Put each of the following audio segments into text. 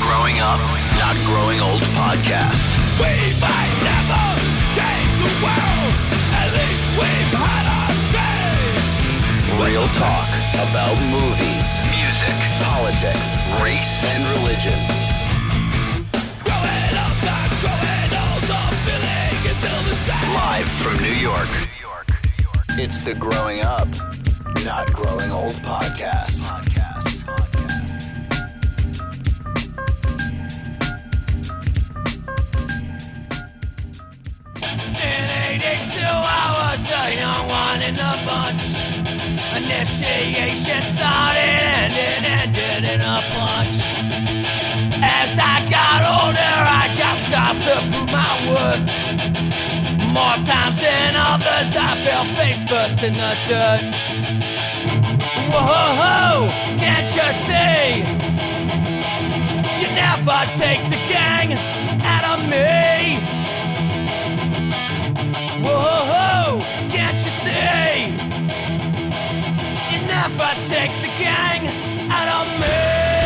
Growing Up, Not Growing Old podcast. We might never change the world. At least we've had our say. Real talk about movies, music, politics, race, and religion. Growing up, not growing old, the feeling is still the same. Live from New York. It's the Growing Up, Not Growing Old podcast. In 82 hours, a young one in a bunch. Initiation started, ended, ended in a punch. As I got older, I got scars to prove my worth. More times than others, I fell face first in the dirt. Whoa, can't you see? You never take the gang out of me. Whoa, can't you see? You never take the gang out of me.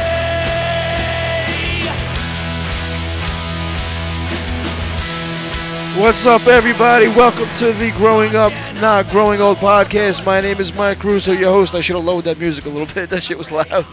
What's up, everybody? Welcome to the Growing Up, Not Growing Old podcast. My name is Mike Russo, your host. I should have lowered that music a little bit. That shit was loud.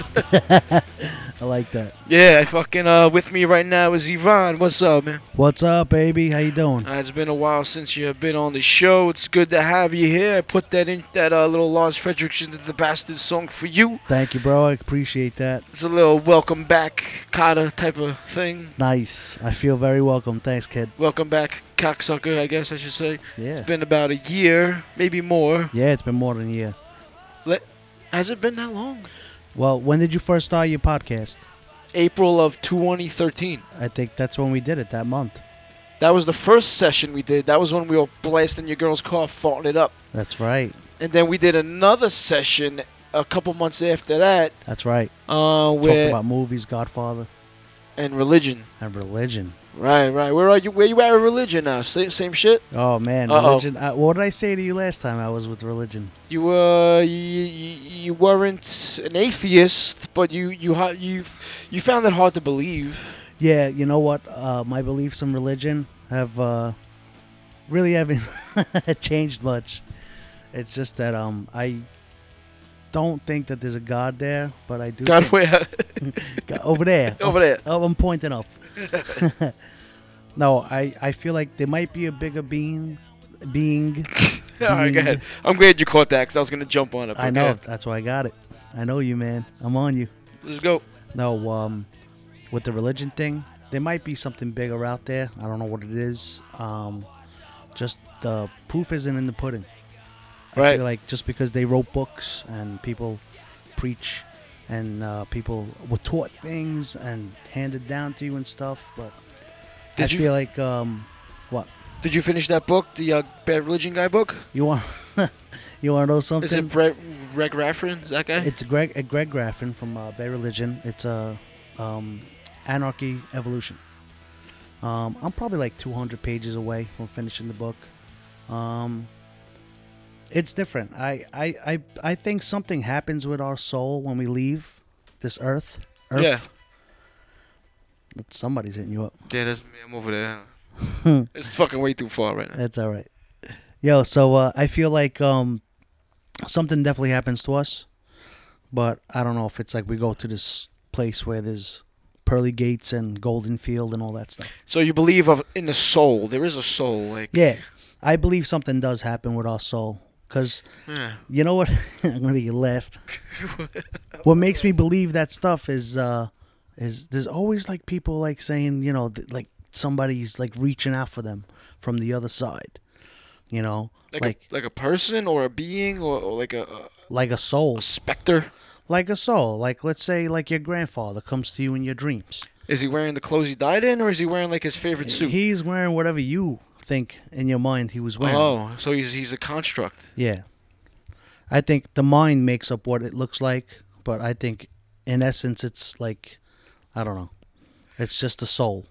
I like that. yeah, I fucking uh, with me right now is Yvonne. What's up, man? What's up, baby? How you doing? Uh, it's been a while since you've been on the show. It's good to have you here. I put that in that uh, little Lars Fredrickson the Bastard song for you. Thank you, bro. I appreciate that. It's a little welcome back kata type of thing. Nice. I feel very welcome. Thanks, kid. Welcome back, cocksucker. I guess I should say. Yeah. It's been about a year, maybe more. yeah, it's been more than a year. Has it been that long? Well, when did you first start your podcast? April of 2013. I think that's when we did it that month. That was the first session we did. That was when we were blasting your girl's car, farting it up. That's right. And then we did another session a couple months after that, That's right. uh, Talked where about movies, Godfather, and religion. and religion. Right, right. Where are you? Where you at with religion now? Same, same shit. Oh man, Uh-oh. religion. I, what did I say to you last time I was with religion? You uh, you, you you weren't an atheist, but you you ha- you you found it hard to believe. Yeah, you know what? Uh, my beliefs in religion have uh, really haven't changed much. It's just that um, I don't think that there's a God there, but I do. God, think- where God- over there. over there? Oh, I'm pointing up. no, I, I feel like there might be a bigger being. Being. All right, go ahead. I'm glad you caught that because I was gonna jump on it. I but know. yeah, That's why I got it. I know you, man. I'm on you. Let's go. No, um, with the religion thing, there might be something bigger out there. I don't know what it is. Um, just the proof isn't in the pudding. I Right. feel like just because they wrote books and people preach and uh, people were taught things and handed down to you and stuff, but Did I you- feel like um, what Did you finish that book, the uh, Bad Religion Guy book? you want you want to know something? Is it Brett Greg Raffin? Is that guy? It's Greg uh, Greg Graffin from uh, Bay Religion. It's a uh, um, Anarchy Evolution. Um, I'm probably like 200 pages away from finishing the book. Um, it's different. I, I I I think something happens with our soul when we leave this earth. Earth. Yeah. Somebody's hitting you up. Yeah, that's me. I'm over there. it's fucking way too far right now. That's all right. Yo, so uh, I feel like um, something definitely happens to us, but I don't know if it's like we go to this place where there's pearly gates and golden field and all that stuff. So you believe of in the soul? There is a soul, like Yeah, I believe something does happen with our soul because yeah. you know what? I'm gonna make you laugh. what makes me believe that stuff is uh, is there's always like people like saying you know th- like somebody's like reaching out for them from the other side, you know, like like a, like a person or a being or, or like a, a- like a soul. a specter. like a soul like let's say like your grandfather comes to you in your dreams Is he wearing the clothes he died in, or is he wearing like his favorite suit? he's wearing whatever you think in your mind he was wearing oh, so he's he's a construct. yeah i think the mind makes up what it looks like but i think in essence it's like i don't know it's just the soul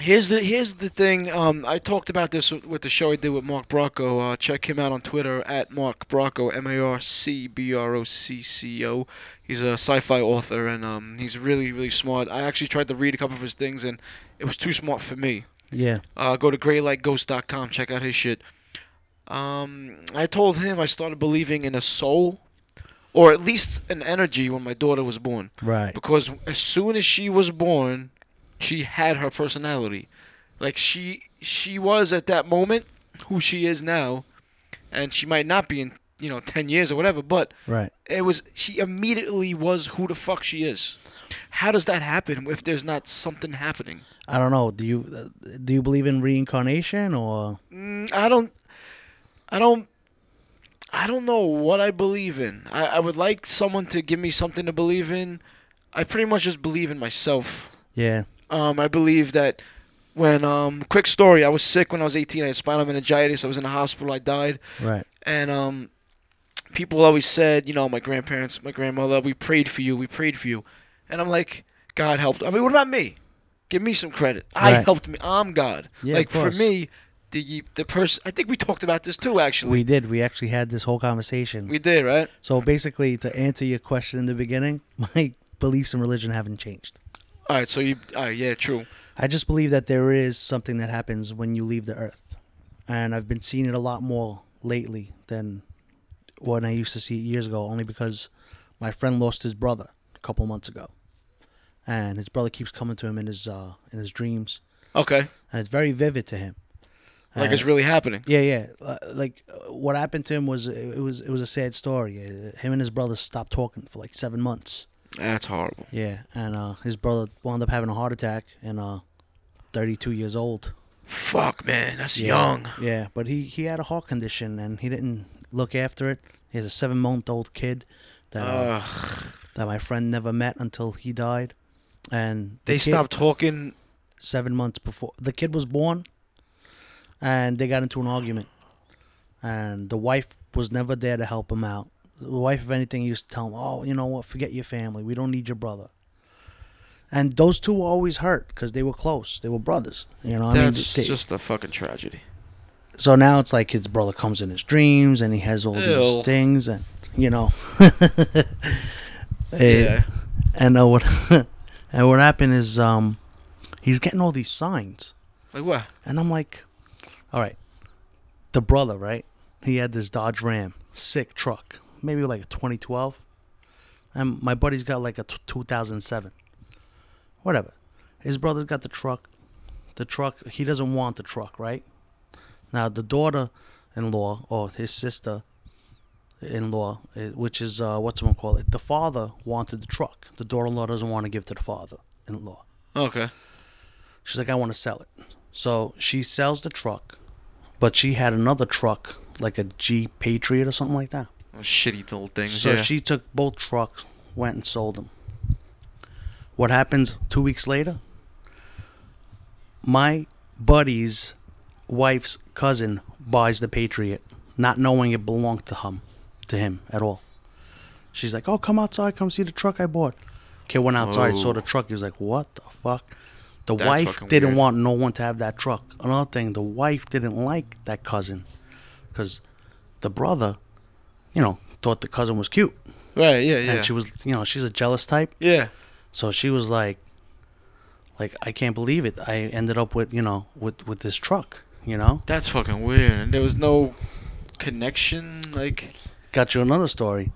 Here's the here's the thing. Um, I talked about this with the show I did with Mark Bracco. Uh, check him out on Twitter at Mark Bracco M A R C B R O C C O. He's a sci-fi author and um, he's really really smart. I actually tried to read a couple of his things and it was too smart for me. Yeah. Uh, go to graylightghost.com. Check out his shit. Um, I told him I started believing in a soul, or at least an energy, when my daughter was born. Right. Because as soon as she was born, she had her personality. Like she she was at that moment who she is now, and she might not be in you know ten years or whatever, but Right. it was she immediately was who the fuck she is. How does that happen if there's not something happening? I don't know. Do you uh, do you believe in reincarnation or Mm, I don't. I don't. I don't know what I believe in. I, I would like someone to give me something to believe in. I pretty much just believe in myself. yeah? Um, I believe that when um, quick story, I was sick when I was 18. I had spinal meningitis. I was in the hospital. I died. Right. And um, people always said, you know, my grandparents, my grandmother, we prayed for you, we prayed for you. And I'm like, God helped. I mean, what about me? Give me some credit. I Right. helped me. I'm God. Yeah, like of for course. me, the the person. I think we talked about this too. Actually, We did. We actually had this whole conversation. we, did right. so basically, to answer your question in the beginning, my beliefs in religion haven't changed. All right. So you. All right, yeah. True. I just believe that there is something that happens when you leave the earth. And I've been seeing it a lot more lately than when I used to see it years ago, only because my friend lost his brother a couple months ago. And his brother keeps coming to him in his uh, in his dreams, Okay. and it's very vivid to him. Like And- it's really happening. yeah, yeah. Uh, like uh, what happened to him was it was it was a sad story. Uh, Him and his brother stopped talking for like seven months. That's horrible. Yeah, and uh, his brother wound up having a heart attack and uh, 32 years old. Fuck, man. That's Yeah. young. Yeah, but he he had a heart condition and he didn't look after it. He has a seven month old kid that uh, Ugh. that my friend never met until he died, and the They kid- stopped talking. seven months before the kid was born, and they got into an argument, and the wife was never there to help him out. The wife, if anything, used to tell him, "Oh, you know what? Forget your family. We don't need your brother." And those two were always hurt because they were close. They were brothers. You know, what I mean, That's They- just a fucking tragedy. so now it's like his brother comes in his dreams and he has all Ew. these things and you know yeah. Eh, and uh, what and what happened is um he's getting all these signs Like what? and I'm like all right the brother right he had this Dodge Ram sick truck maybe like a 2012 and my buddy's got like a t- 2007 whatever his brother's got the truck the truck he doesn't want the truck right now the daughter-in-law or his sister-in-law eh, which is uh, what's someone call it the father wanted the truck the daughter-in-law doesn't want to give to the father-in-law Okay. she's like i want to sell it so she sells the truck but she had another truck like a jeep patriot or something like that Oh, shitty little things. so yeah. she took both trucks, went and sold them. What happens two weeks later? My buddy's wife's cousin buys the Patriot, not knowing it belonged to him, to him at all. She's like, "Oh, come outside, come see the truck I bought." Kid went outside, Whoa. saw the truck. He was like, "What the fuck?" The That's wife fucking didn't weird. want no one to have that truck. Another thing, the wife didn't like that cousin, because the brother, you know, thought the cousin was cute, Right. Yeah. Yeah. and she was, you know, she's a jealous type. yeah. So she was like, like I can't believe it. I ended up with, you know, with with this truck. You know, That's fucking weird. And there was no connection. Like. got you another story.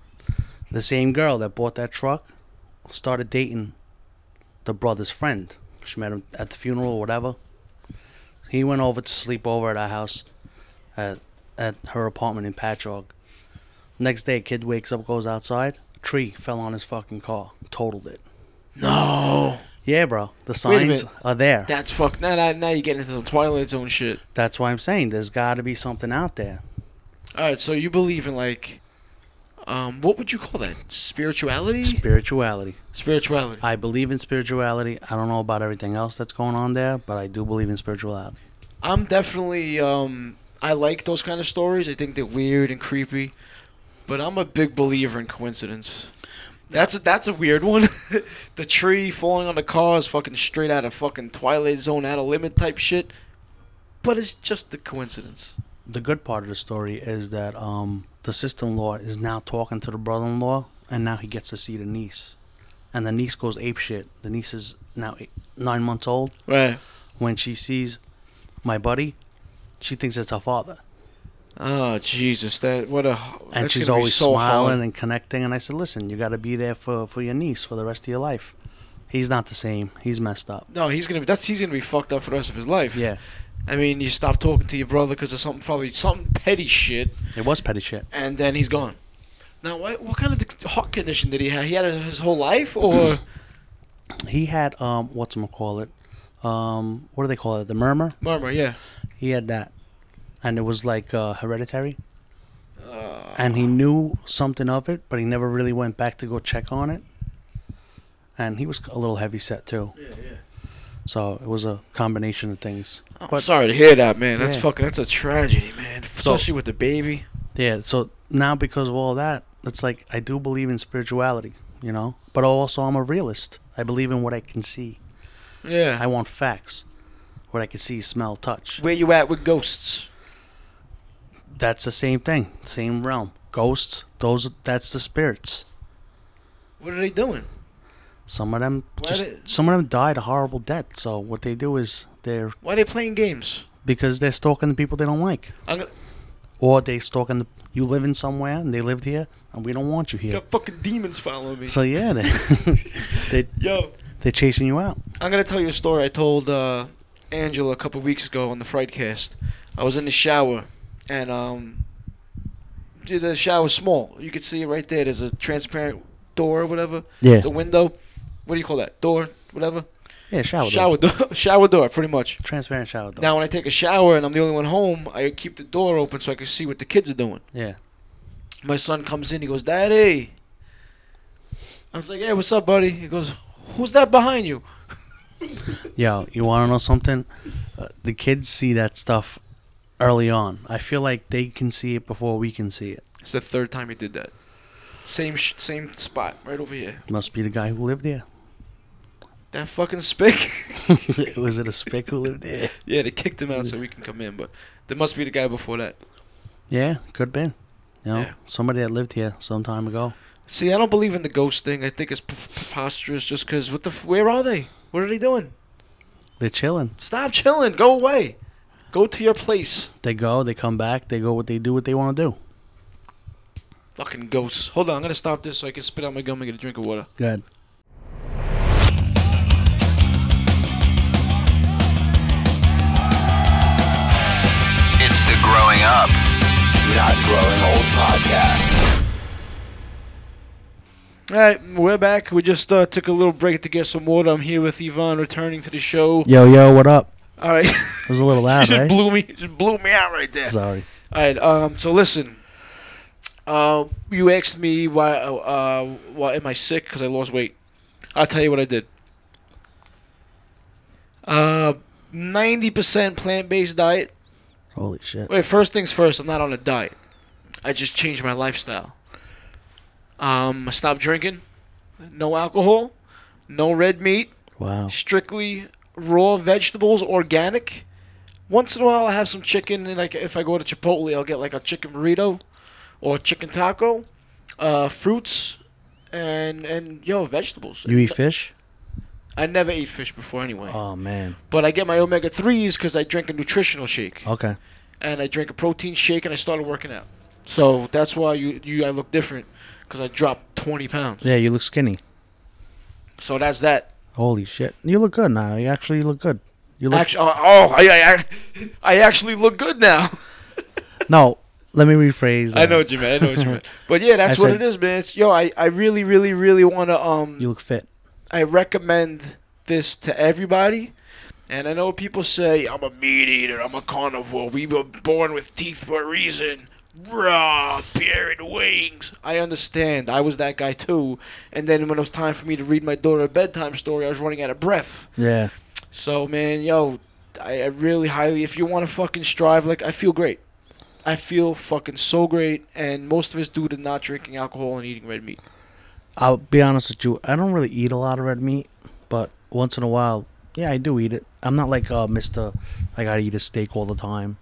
The same girl that bought that truck started dating the brother's friend. She met him at the funeral or whatever. He went over to sleep over at our house, at at her apartment in Patchogue. Next day, kid wakes up, goes outside. Tree fell on his fucking car, totaled it. No. Yeah, bro. The Wait a signs minute. are there. That's fuck. Now, now, now you're getting into some Twilight Zone shit. That's why I'm saying there's got to be something out there. All right. So you believe in like. Um, what would you call that? Spirituality? Spirituality. Spirituality. I believe in spirituality. I don't know about everything else that's going on there, but I do believe in spirituality. I'm definitely um I like those kind of stories. I think they're weird and creepy. But I'm a big believer in coincidence. That's a, that's a weird one. the tree falling on the car is fucking straight out of fucking Twilight Zone, out of limit type shit. But it's just a coincidence. The good part of the story is that um, the sister-in-law is now talking to the brother-in-law, and now he gets to see the niece, and the niece goes ape shit. The niece is now eight, nine months old. Right. When she sees my buddy, she thinks it's her father, Oh Jesus, that what a. and that's she's gonna be always so smiling hard. and connecting. And I said, "Listen, you got to be there for for your niece for the rest of your life. He's not the same. He's messed up. No, he's gonna be. That's he's gonna be fucked up for the rest of his life. Yeah, I mean, you stop talking to your brother because of something probably something petty shit, it was petty shit. and then he's gone. Now, what what kind of d- heart condition did he have? He had it his whole life, or He had um, what's call it? Um, what do they call it? The murmur. murmur? Yeah. He had that, and it was like uh, hereditary. and he knew something of it, but he never really went back to go check on it. And he was a little heavy set too. Yeah, Oh, yeah. So it was a combination of things. I'm But- sorry to hear that, man. That's Yeah. fucking. That's a tragedy, man. Especially with the baby. Yeah. So now because of all that, it's like I do believe in spirituality, you know, but also I'm a realist. I believe in what I can see. Yeah. I want facts. What I can see, smell, touch. Where you at with ghosts? That's the same thing, same realm. Ghosts, those that's the spirits. What are they doing? Some of them Why just did- some of them died a horrible death. So what they do is they're Why are they playing games? because they're stalking the people they don't like, I'm gonna or they stalking the you live in somewhere and they lived here and we don't want you here. got fucking demons following me. So yeah, they they Yo, they're chasing you out. I'm gonna tell you a story I told uh, Angela a couple weeks ago on the Frightcast. I was in the shower, and um, dude, the shower's small. You could see it right there. There's a transparent door or whatever. Yeah. It's a window. What do you call that? Door, whatever. Yeah, shower. door. Shower door. shower door, pretty much. Transparent shower door. Now, when I take a shower and I'm the only one home, I keep the door open so I can see what the kids are doing. yeah. My son comes in. He goes, "Daddy." I was like, "Hey, what's up, buddy?" He goes, "Who's that behind you?" Yo, you want to know something? Uh, the kids see that stuff early on. I feel like they can see it before we can see it. It's the third time he did that. Same sh- same spot, right over here. Must be the guy who lived there. That fucking spick. Was it a spick who lived there? yeah, they kicked him out so we can come in, but there must be the guy before that. Yeah, could be. You know, Yeah. somebody that lived here some time ago. See, I don't believe in the ghost thing. I think it's pre- preposterous just because what the f- where are they? What are they doing? They're chilling. Stop chilling. Go away. Go to your place. They go, they come back, they go what they do, what they want to do. Fucking ghosts. Hold on, I'm gonna stop this so I can spit out my gum and get a drink of water. Good. It's the Growing Up, Not Growing Old podcast. All right, we're back. We just uh, took a little break to get some water. I'm here with Yvonne, returning to the show. Yo, yo, what up? All right, It was a little she loud, just right? blew me, just blew me out right there. Sorry. All right. Um. So listen. Uh, you asked me why. Uh, why am I sick? Because I lost weight. I'll tell you what I did. Uh, ninety percent plant-based diet. Holy shit. Wait. First things first. I'm not on a diet. I just changed my lifestyle. Um. I stopped drinking. No alcohol. No red meat. Wow. Strictly raw vegetables, organic. Once in a while, I have some chicken, and like if I go to Chipotle, I'll get like a chicken burrito or a chicken taco, uh, fruits, and and yo vegetables. You eat fish? I never ate fish before anyway, Oh, man. but I get my omega threes because I drink a nutritional shake Okay. and I drink a protein shake, and I started working out. So that's why you you I look different because I dropped 20 pounds. Yeah, you look skinny. So that's that. Holy shit. You look good now. You actually look good. You look. Actually, oh, I, I I actually look good now. no, let me rephrase that. I know what you meant. I know what you meant. But yeah, that's I what said- it is, man. It's, yo, I, I really, really, really want to. Um, You look fit. I recommend this to everybody. And I know people say, I'm a meat eater, I'm a carnivore, we were born with teeth for a reason. Raw, beer and wings. I understand. I was that guy too. And then when it was time for me to read my daughter a bedtime story, I was running out of breath. Yeah. So, man, yo, I, I really highly, if you want to fucking strive, like, I feel great. I feel fucking so great, and most of it's due to not drinking alcohol and eating red meat. I'll be honest with you. I don't really eat a lot of red meat, but once in a while, yeah, I do eat it. I'm not like uh, Mister. I gotta eat a steak all the time.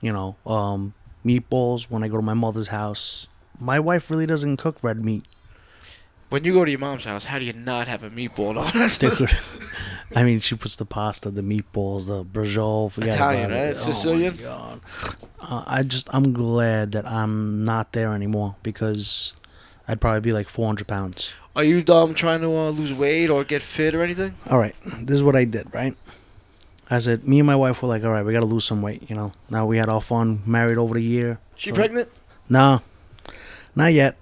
You know, um, meatballs when I go to my mother's house. My wife really doesn't cook red meat, When you go to your mom's house, how do you not have a meatball on? That's dude. I mean, she puts the pasta, the meatballs, the brajol. forget about Italian, it. right? Oh my Sicilian. uh, I just I'm glad that I'm not there anymore because I'd probably be like 400 pounds. Are you um trying to uh, lose weight or get fit or anything? All right, this is what I did. Right, I said me and my wife were like, all right, we gotta lose some weight. You know, now we had our fun, married over the year. She so- pregnant? Nah, not yet.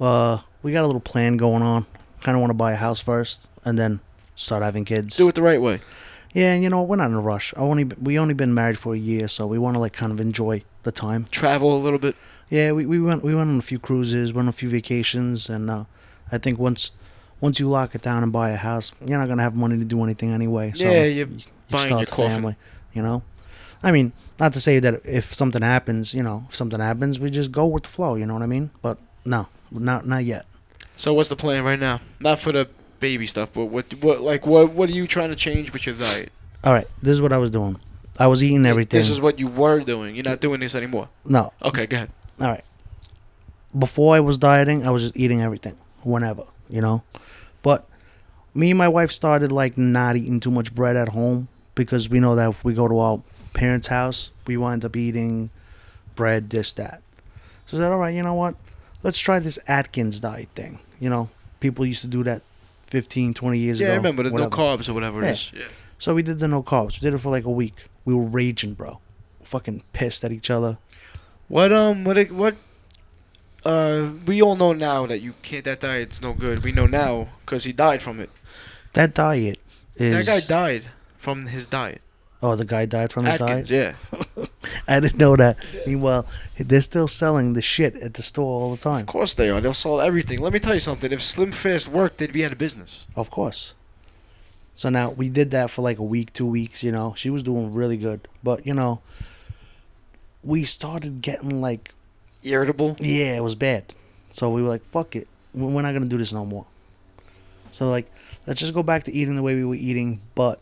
Uh, we got a little plan going on. Kind of want to buy a house first and then start having kids. Do it the right way. Yeah, and you know we're not in a rush. I only we only been married for a year, so we want to like kind of enjoy the time. Travel a little bit. Yeah, we, we went we went on a few cruises, went on a few vacations, and uh, I think once once you lock it down and buy a house, you're not gonna have money to do anything anyway. So yeah, you're you buying start your the coffin. you know. I mean, not to say that if something happens, you know, if something happens, we just go with the flow. You know what I mean? But no, not not yet. So what's the plan right now? Not for the baby stuff, but what what like what what are you trying to change with your diet? All right, this is what I was doing. I was eating everything. This is what you were doing. You're not doing this anymore. no, Okay, go ahead. all right. Before I was dieting, I was just eating everything whenever, you know. But me and my wife started like not eating too much bread at home because we know that if we go to our parents' house, we wind up eating bread, this, that. So I said, all right, you know what? Let's try this Atkins diet thing. You know, people used to do that 15, 20 years Yeah, ago. I remember the no whatever. carbs or whatever Yeah. it is. Yeah. So we did the no carbs. We did it for like a week. We were raging, bro. Fucking pissed at each other. What um what it- what uh we all know now that you can't that diet's no good. We know now because he died from it. That diet is. That guy died from his diet. Oh, the guy died from his Atkins, diet. I didn't know that. Meanwhile, they're still selling the shit at the store all the yeah. Of time. course they are. They'll sell everything. Let me tell you something. If Slim Fast worked, they'd be out of business. Of course. So now we did that for like a week, two weeks. You know, she was doing really good, but you know, we started getting like, Irritable. yeah, it was bad. So we were like, fuck it, We- we're not gonna do this no more. So like, let's just go back to eating the way we were eating, but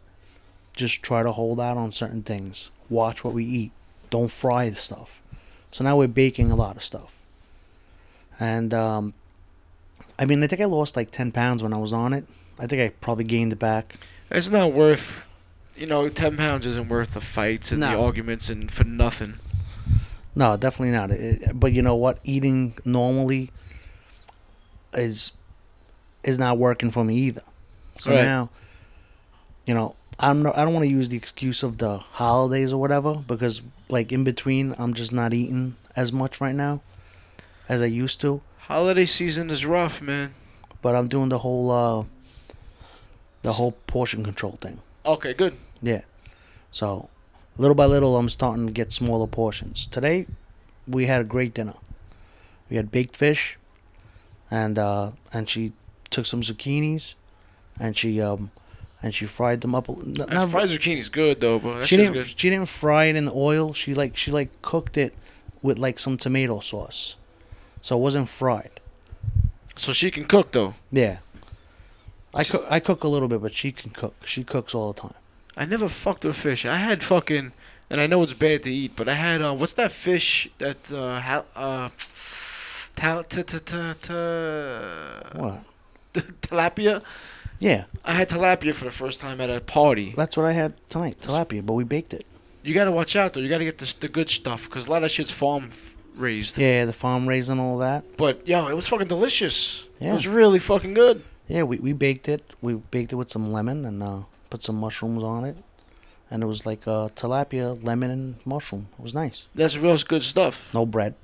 just try to hold out on certain things. Watch what we eat. Don't fry the stuff. So now we're baking a lot of stuff. And um, I mean, I think I lost like 10 pounds when I was on it. I think I probably gained it back. It's not worth. You know, ten pounds isn't worth the fights and the No. arguments and for nothing. No, definitely not. It, but you know what? Eating normally is is not working for me either. So Right. now, you know, I'm no, I don't want to use the excuse of the holidays or whatever because like in between, I'm just not eating as much right now as I used to. Holiday season is rough, man. But I'm doing the whole uh the whole portion control thing. Okay, good. Yeah. So, little by little, I'm starting to get smaller portions. Today, we had a great dinner. We had baked fish, and uh, and she took some zucchinis, and she um, and she fried them up. a- n- That's not- fried zucchini's good though, bro. That she shit's didn't. good. She didn't fry it in the oil. She like she like cooked it with like some tomato sauce, so it wasn't fried. So she can cook though. Yeah. I This is- cook, I cook a little bit, but she can cook. She cooks all the time. I never fucked with fish. I had fucking, and I know it's bad to eat, but I had uh, what's that fish that uh, how uh, tal- ta- ta- ta- ta- What? tilapia? Yeah, I had tilapia for the first time at a party. that's what I had tonight, tilapia, but we baked it. You gotta watch out though. You gotta get the, the good stuff, cause a lot of shit's farm f- raised. Yeah, the farm raised and all that. But yo, it was fucking delicious. It Yeah. was really fucking good. Yeah, we, we baked it. We baked it with some lemon and uh, put some mushrooms on it. And it was like uh, tilapia, lemon, and mushroom. It was nice. That's real good stuff. No bread.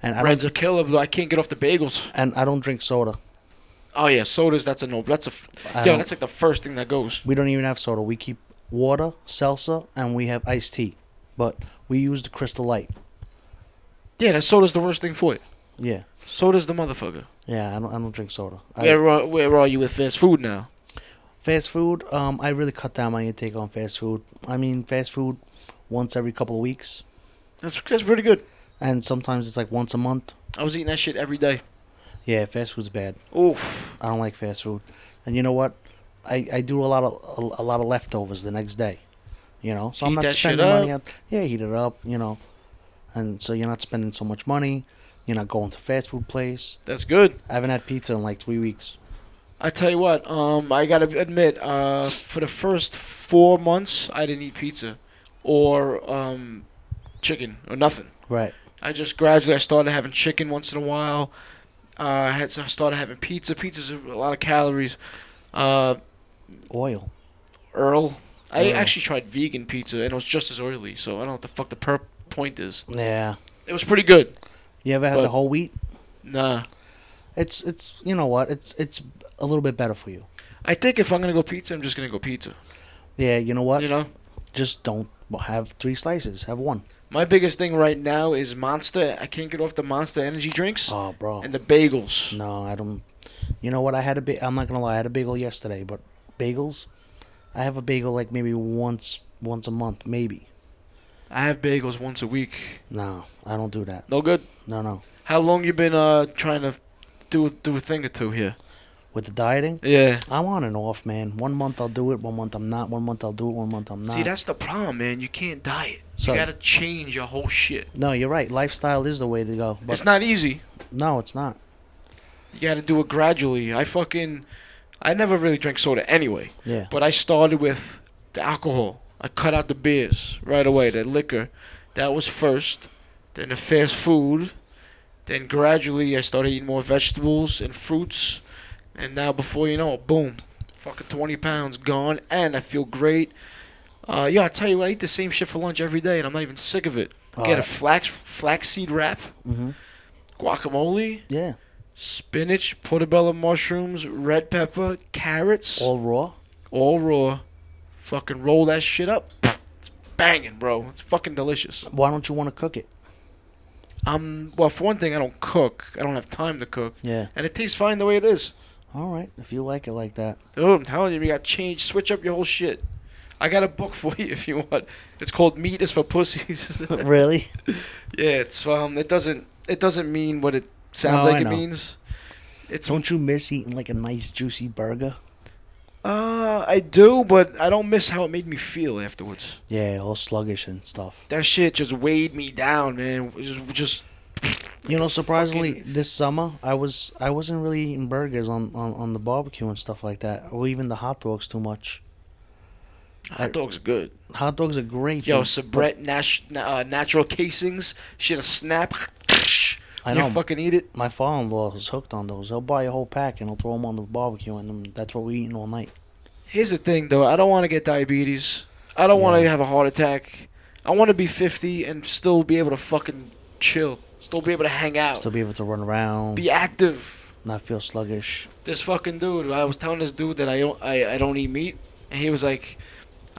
And I Bread's don't a killer, but I can't get off the bagels. and I don't drink soda. Oh yeah, sodas. That's a no. That's a f- I yo. don't- That's like the first thing that goes. We don't even have soda. We keep water, salsa, and we have iced tea. But we use the Crystal Light. Yeah, that soda's the worst thing for it. Yeah, Soda's the motherfucker. yeah. I don't I don't drink soda. I, Where are, where are you with fast food now? fast food. Um, I really cut down my intake on fast food. I mean, fast food once every couple of weeks, That's that's pretty good. and sometimes it's like once a month. I was eating that shit every day. Yeah, fast food's bad. Oof. I don't like fast food. And you know what? I, I do a lot of a, a lot of leftovers the next day. You know, so I'm Heat not that shit spending money on. Yeah, heat it up. You know, and so you're not spending so much money. You're not going to fast food place. That's good. I haven't had pizza in like three weeks. I tell you what, um, I gotta admit, uh, for the first four months, I didn't eat pizza or um, chicken or nothing. Right. I just gradually I started having chicken once in a while. Uh, I had so I started having pizza. Pizza's a lot of calories. Uh, Oil. Earl, I Earl. actually tried vegan pizza and it was just as oily. So I don't know what the fuck the per point is. Yeah. It was pretty good. You ever had But- the whole wheat? Nah, It's it's you know what? It's it's a little bit better for you. I think if I'm gonna go pizza, I'm just gonna go pizza. Yeah. You know what? You know, Just don't have three slices. Have one. my biggest thing right now is Monster. I can't get off the Monster energy drinks Oh, bro. and the bagels. No, I don't. You know what? I had a bit. I'm not gonna lie. I had a bagel yesterday, but bagels. I have a bagel like maybe once, once a month, maybe. I have bagels once a week. No, I don't do that. No good. No, no. How long you been uh trying to do do a thing or two here? With the dieting, Yeah. I'm on and off, man. One month I'll do it. One month I'm not. One month I'll do it. One month I'm not. See, that's the problem, man. You can't diet. So- you gotta change your whole shit. no, you're right. Lifestyle is the way to go. But it's not easy. no, it's not. You gotta do it gradually. I fucking, I never really drank soda anyway. Yeah. But I started with the alcohol. I cut out the beers right away, the liquor. That was first. Then the fast food. Then gradually I started eating more vegetables and fruits. And now before you know it, boom. Fucking 20 pounds gone. And I feel great. Uh, yeah, I tell you what, I eat the same shit for lunch every day and I'm not even sick of it. I get a Alright. flax flaxseed wrap, hmm guacamole, Yeah. spinach, portobello mushrooms, red pepper, carrots All raw. all raw. Fucking roll that shit up. It's banging, bro. It's fucking delicious. Why don't you want to cook it? Um, well, for one thing, I don't cook. I don't have time to cook, Yeah. and it tastes fine the way it is. All right. If you like it like that. Dude, I'm telling you, you got to change, switch up your whole shit. I got a book for you if you want. It's called "Meat Is for Pussies." really? yeah, it's um, it doesn't it doesn't mean what it sounds No, like I it know. means. It's Don't you miss eating like a nice juicy burger? uh, I do, but I don't miss how it made me feel afterwards. Yeah, all sluggish and stuff. That shit just weighed me down, man. It Just, just You know, surprisingly, this summer I was I wasn't really eating burgers on, on, on the barbecue and stuff like that, or even the hot dogs too much. hot dogs are good. Hot dogs are great. Yo, dude, Sabret nat- uh, natural casings. Shit, a snap. I you know. fucking eat it. but My father-in-law is hooked on those. He'll buy a whole pack and he'll throw them on the barbecue, and then that's what we're eating all night. Here's the thing, though. I don't want to get diabetes. I don't want to Yeah. have a heart attack. I want to be 50 and still be able to fucking chill. Still be able to hang out. Still be able to run around, Oh. be active. not feel sluggish. This fucking dude. I was telling this dude that I don't, I, I don't eat meat, and he was like,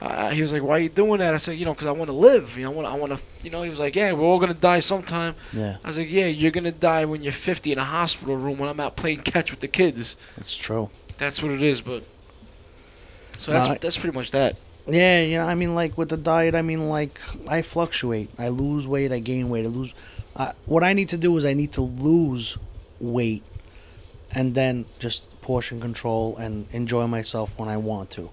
uh, he was like, why are you doing that? I said, you know, because I want to live. You know, I want, I want to, you know. He was like, yeah, we're all gonna die sometime. Yeah, I was like, yeah, you're gonna die when you're 50 in a hospital room when I'm out playing catch with the kids. that's true. That's what it is, but. So that's No, I- that's pretty much that. Yeah, you know, I mean, like with the diet, I mean, like I fluctuate. I lose weight, I gain weight, I lose. Uh, what I need to do is I need to lose weight, and then just portion control and enjoy myself when I want to.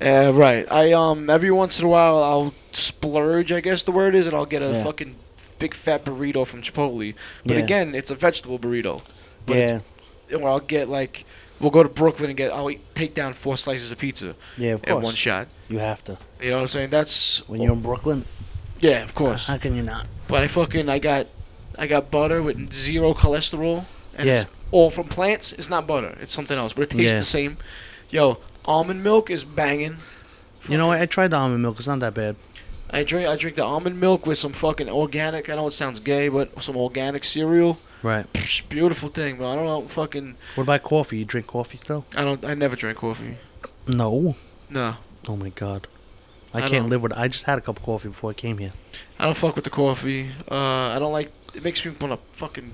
Yeah, right. I um every once in a while I'll splurge, I guess the word is, and I'll get a Yeah. fucking big fat burrito from Chipotle. But Yeah. again, it's a vegetable burrito. But yeah, it's, or I'll get like we'll go to Brooklyn and get I'll eat, take down four slices of pizza yeah, Oh, of at course. one shot. You have to You know what I'm saying? That's when you're in Brooklyn. yeah, of course. How can you not? But I fucking I got I got butter with zero cholesterol and Yeah. it's all from plants. It's not butter. It's something else, but it tastes Yeah. the same. Yo, almond milk is banging. You know, I, I tried the almond milk. It's not that bad. I drink I drink the almond milk with some fucking organic. I know it sounds gay, but some organic cereal. Right. Psh, beautiful thing, but I don't know fucking What about coffee? You drink coffee still? I don't I never drink coffee. No. No. Oh my god. I, I can't don't- live with. I just had a cup of coffee before I came here. I don't fuck with the coffee. Uh I don't like it makes me want to fucking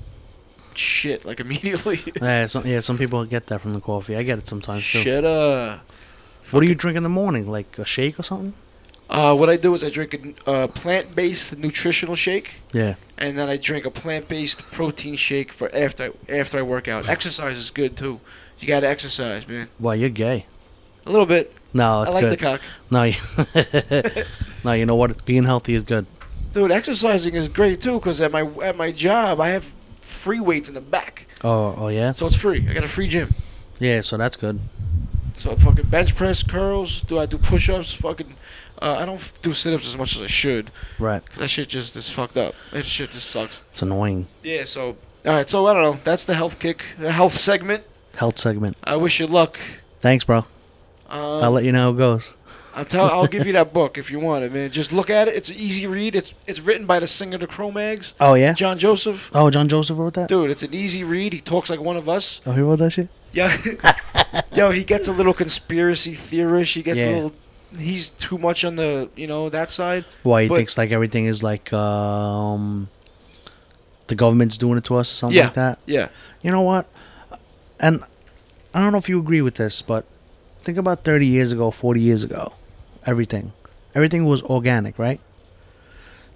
shit like immediately. yeah, some, yeah. Some people get that from the coffee. I get it sometimes too. shit uh What do you drink in the morning? Like a shake or something? Uh, what I do is I drink a n- uh, plant-based nutritional shake, Yeah. and then I drink a plant-based protein shake for after I, after I work out. Exercise is good too. You gotta exercise, man. Wow, you're gay. A little bit. No, I it's like good. the cock, no, you- no, you know what? Being healthy is good. dude. Exercising is great too, cause at my at my job I have free weights in the back, Oh, oh yeah, so it's free. I got a free gym. yeah. So that's good. So I fucking bench press, curls. Do I do push-ups? Fucking. Uh, I don't f- do sit-ups as much as I should. Right. That shit just is fucked up. That shit just sucks. It's annoying. Yeah, so all right, so I don't know. That's the health kick, the health segment. Health segment. I wish you luck. Thanks, bro. Um, I'll let you know how it goes. I'll tell. I'll give you that book if you want it, man. Just look at it. It's an easy read. It's it's written by the singer the Cro-Mags, Oh yeah. John Joseph. Oh, John Joseph wrote that. Dude, it's an easy read. He talks like one of us. Oh, he wrote that shit. Yeah. Yo, he gets a little conspiracy theorist. He gets Yeah. a little. He's too much on the you know that side. Why he But- thinks like everything is like um, the government's doing it to us or something like that. Yeah. You know what? And I don't know if you agree with this, but think about 30 years ago, 40 years ago. Everything. Everything was organic, right?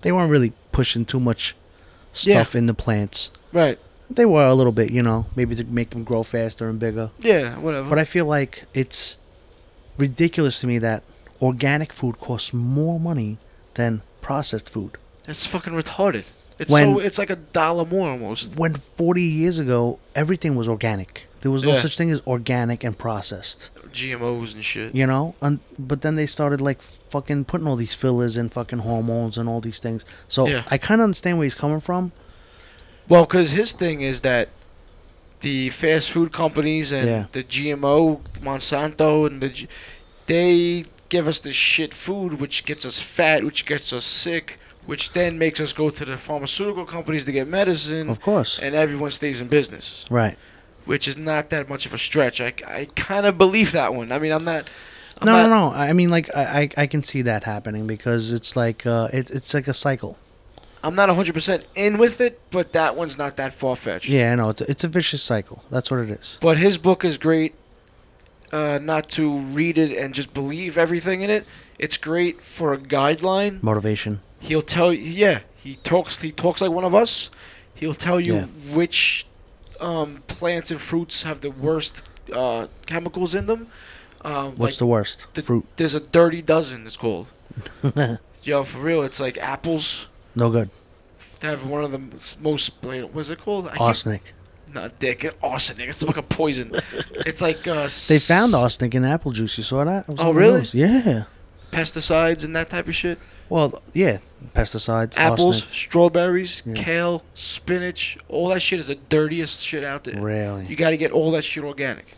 They weren't really pushing too much Yeah. stuff in the plants. Right. They were a little bit, you know, maybe to make them grow faster and bigger. Yeah. Whatever. But I feel like it's ridiculous to me that organic food costs more money than processed food. That's fucking retarded. It's When- so. It's like a dollar more almost. When 40 years ago, everything was organic. There was no Yeah. such thing as organic and processed. GMOs and shit. you know and but then they started like fucking putting all these fillers and fucking hormones and all these things so Yeah. i kind of understand where he's coming from Well, because his thing is that the fast food companies and Yeah. the GMO, Monsanto, and the G- they give us this shit food, which gets us fat, which gets us sick, which then makes us go to the pharmaceutical companies to get medicine, of course Mm. and everyone stays in business, right which is not that much of a stretch. I, I kind of believe that one. I mean, I'm not. I'm no not, no no i mean like I, I i can see that happening because it's like uh it, it's like a cycle I'm not 100% in with it, but that one's not that far fetched. yeah i know it's a, it's a vicious cycle that's what it is But his book is great. Uh, not to read it and just believe everything in it. It's great for a guideline. motivation He'll tell you. Yeah, he talks. He talks like one of us. He'll tell you Yeah. which um, plants and fruits have the worst uh, chemicals in them. Um, what's like the worst the- fruit There's a dirty dozen. It's called. Yo, for real, it's like apples. no good They have one of the m- most. like, What's it called? I can't- arsenic Not dick. Arsenic. It's fucking poison. it's like uh, they found arsenic. arsenic in apple juice you saw that It was Oh, on the really? news. yeah pesticides and that type of shit. well yeah pesticides Apples, arsenic. strawberries, Yeah. kale, spinach, all that shit is the dirtiest shit out there. really You got to get all that shit organic.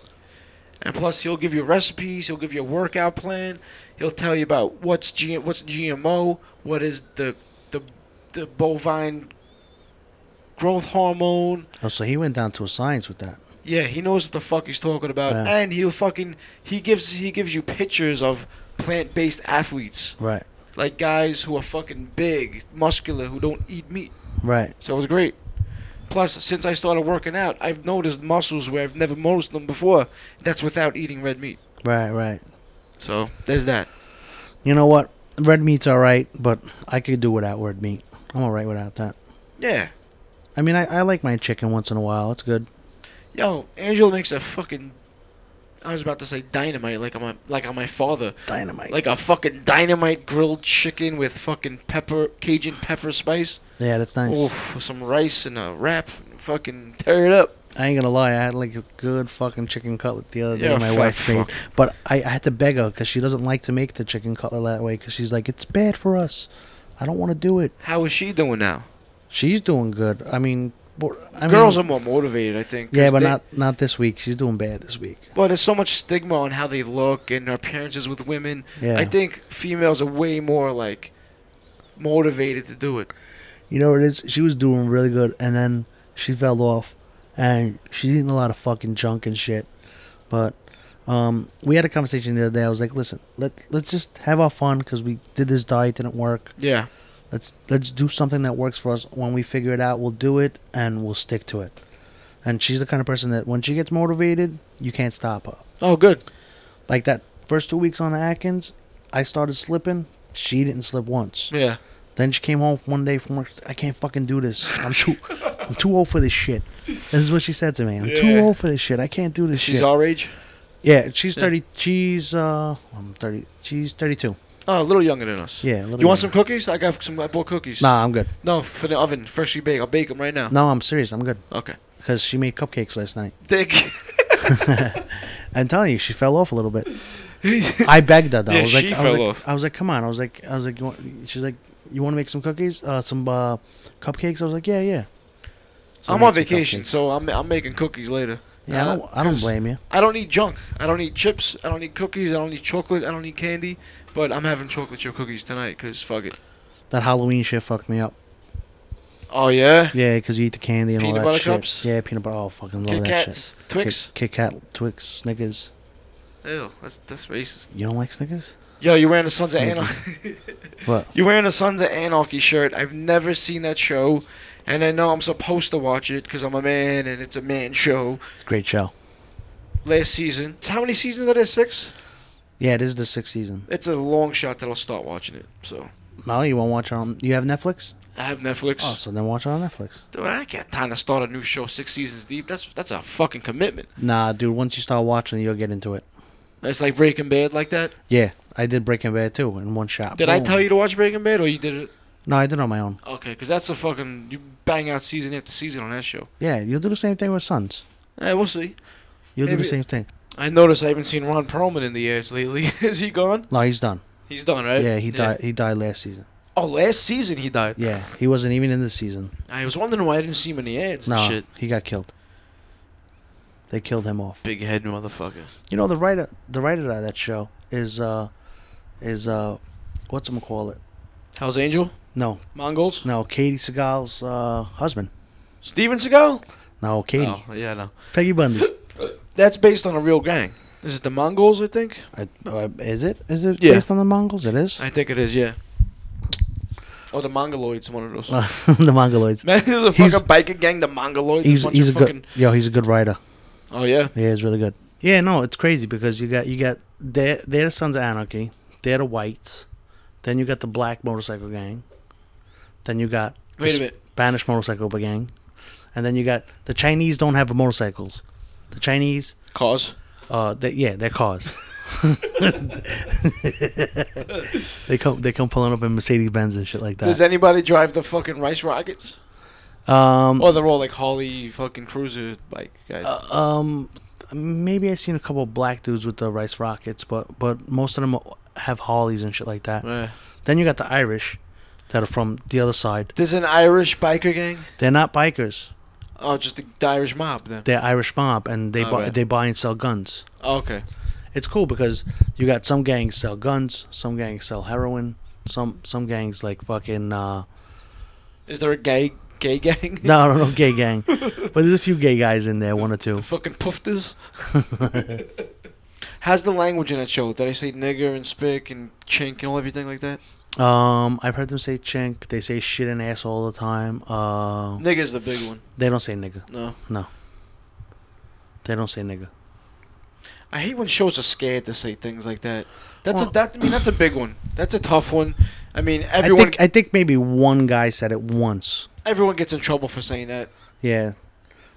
And plus, he'll give you recipes. He'll give you a workout plan. He'll tell you about what's G- what's GMO, what is the the the bovine growth hormone. oh so he went down to a science with that Yeah, he knows what the fuck he's talking about, Yeah. and he'll fucking he gives he gives you pictures of plant based athletes. right like guys who are fucking big, muscular, who don't eat meat. right So it was great. Plus, since I started working out, I've noticed muscles where I've never noticed them before. That's without eating red meat. Right, right. So there's that. You know what? Red meat's all right, but I could do without red meat. I'm all right without that. Yeah. I mean, I, I like my chicken once in a while. It's good. Yo, Angela makes a fucking. I was about to say dynamite, like I'm a, like I'm my father, Dynamite. like a fucking dynamite grilled chicken with fucking pepper, Cajun pepper spice, yeah, that's nice. oof, with some rice and a wrap, fucking tear it up. I ain't gonna lie. I had like a good fucking chicken cutlet the other day. Yeah, my fat wife made, fuck. but I, I had to beg her because she doesn't like to make the chicken cutlet that way. Because she's like, it's bad for us. I don't want to do it. How is she doing now? She's doing good. I mean, but- I Girls mean, are more motivated, I think. 'cause yeah, but they- not not this week. She's doing bad this week. Well, there's so much stigma on how they look and their appearances with women. Yeah. I think females are way more like motivated to do it. You know what it is? She was doing really good, and then she fell off, and she's eating a lot of fucking junk and shit. But um, we had a conversation the other day. I was like, "Listen, let let's just have our fun because we did this diet didn't work. Yeah. Let's let's do something that works for us. When we figure it out, we'll do it and we'll stick to it." And she's the kind of person that when she gets motivated, you can't stop her. Oh, good. Like that first two weeks on Atkins, I started slipping. She didn't slip once. Yeah. Then she came home one day from work. I can't fucking do this. I'm too, I'm too old for this shit. This is what she said to me. I'm too Yeah. old for this shit. I can't do this She's shit. our age. yeah, she's Yeah. thirty. She's uh, I'm thirty. She's thirty-two. Oh, a little younger than us. Yeah. a little You want younger. some cookies? I got some. I bought cookies. Nah, I'm good. No, for the oven, freshly baked. I'll bake them right now. No, I'm serious. I'm good Okay. because she made cupcakes last night. Dick. I'm telling you, she fell off a little bit. I begged her though. I Yeah, was like, she I was fell like- off. I was like, come on. I was like, I was like, you want, she's like, you want to make some cookies? Uh, some uh, cupcakes? I was like, yeah, yeah. So I I'm made on some vacation, cupcakes. so I'm I'm making cookies later. yeah, I Uh, don't, I don't 'cause blame you. I don't eat junk. I don't eat chips. I don't eat cookies. I don't eat chocolate. I don't eat candy. But I'm having chocolate chip cookies tonight, cause fuck it. That Halloween shit fucked me up. Oh yeah. Yeah, because you eat the candy and Peanut all that butter shit. cups? Yeah, peanut butter. Oh, fucking love Kit that Kats, shit. Kit- Twix. Kit Kat, Twix, Snickers. Ew, that's that's racist. You don't like Snickers? Yo, you're wearing a Sons of Sneaky. Anarchy. What? you're wearing a Sons of Anarchy shirt. I've never seen that show, and I know I'm supposed to watch it because I'm a man and it's a man show. It's a great show. Last season, how many seasons are there? Six. Yeah, it is the sixth season. It's a long shot that I'll start watching it. So No, you won't watch it on. You have Netflix? I have Netflix. Oh, so then watch it on Netflix. Dude, I can't time to start a new show six seasons deep. That's that's a fucking commitment. Nah, dude. Once you start watching, you'll get into it. It's like Breaking Bad, like that. Yeah, I did Breaking Bad too in one shot. Did I Boom. tell you to watch Breaking Bad, or you did it? No, I did it on my own. Okay, because that's a fucking you bang out season after season on that show. Yeah, you'll do the same thing with Sons. Eh, we'll see. You'll do Maybe- the same thing. I noticed I haven't seen Ron Perlman in the years lately. Is he gone? No, he's done. He's done, right? Yeah, he died. He died last season. Oh, last season he died. Yeah, he wasn't even in this season. I was wondering why I didn't see him in the ads No, and shit. he got killed. They killed him off. Big head motherfucker. You know the writer, the writer of that show is uh, is uh, what's him call it? Hell's Angel? No, Mongols? no, Katie Seagal's uh, husband. Steven Seagal? No, Katie, Oh, yeah, no. Peggy Bundy. That's based on a real gang. Is it the Mongols, I think? I, uh, is it? Is it Yeah. based on the Mongols? It is. I think it is, yeah. Or the Mongoloids, one of those. the Mongoloids. Man, there's a Uh, He's- fucking biker gang, the Mongoloids. He's a bunch he's a of fucking. good yo. He's a good writer. Oh yeah. Yeah, it's really good. Yeah, no, it's crazy because you got you got they're, they're the Sons of Anarchy, they're the whites, then you got the black motorcycle gang, then you got the Wait a minute. Spanish motorcycle gang, and then you got the Chinese don't have motorcycles. The Chinese, Cause. uh, they, yeah, they're cars. they come they come pulling up in Mercedes Benz and shit like Does that. anybody drive the fucking Rice Rockets? Um, Or they're all like Harley fucking cruiser bike guys. um, maybe I seen a couple of black dudes with the rice rockets, but but most of them have Hollies and shit like that. Yeah. Then you got the Irish that are from the other side. There's an Irish biker gang. They're not bikers. Oh, just the, the Irish mob then. They're Irish mob, and they Oh, buy, right. they buy and sell guns. Oh, okay. It's cool because you got some gangs sell guns, some gangs sell heroin, some some gangs like fucking uh, Is there a gay gay gang? no no no gay gang, but there's a few gay guys in there, one or two. The fucking poofters. How's the language in that show? Did I say nigger and spick and chink and all everything like that? Um, I've heard them say chink. They say shit and ass all the time. Uh, Nigger's the big one. they don't say nigga. No. They don't say nigga. I hate when shows are scared to say things like that. That's Well- a that I mean that's a big one. That's a tough one. I mean everyone I think I think maybe one guy said it once. everyone gets in trouble for saying that. Yeah,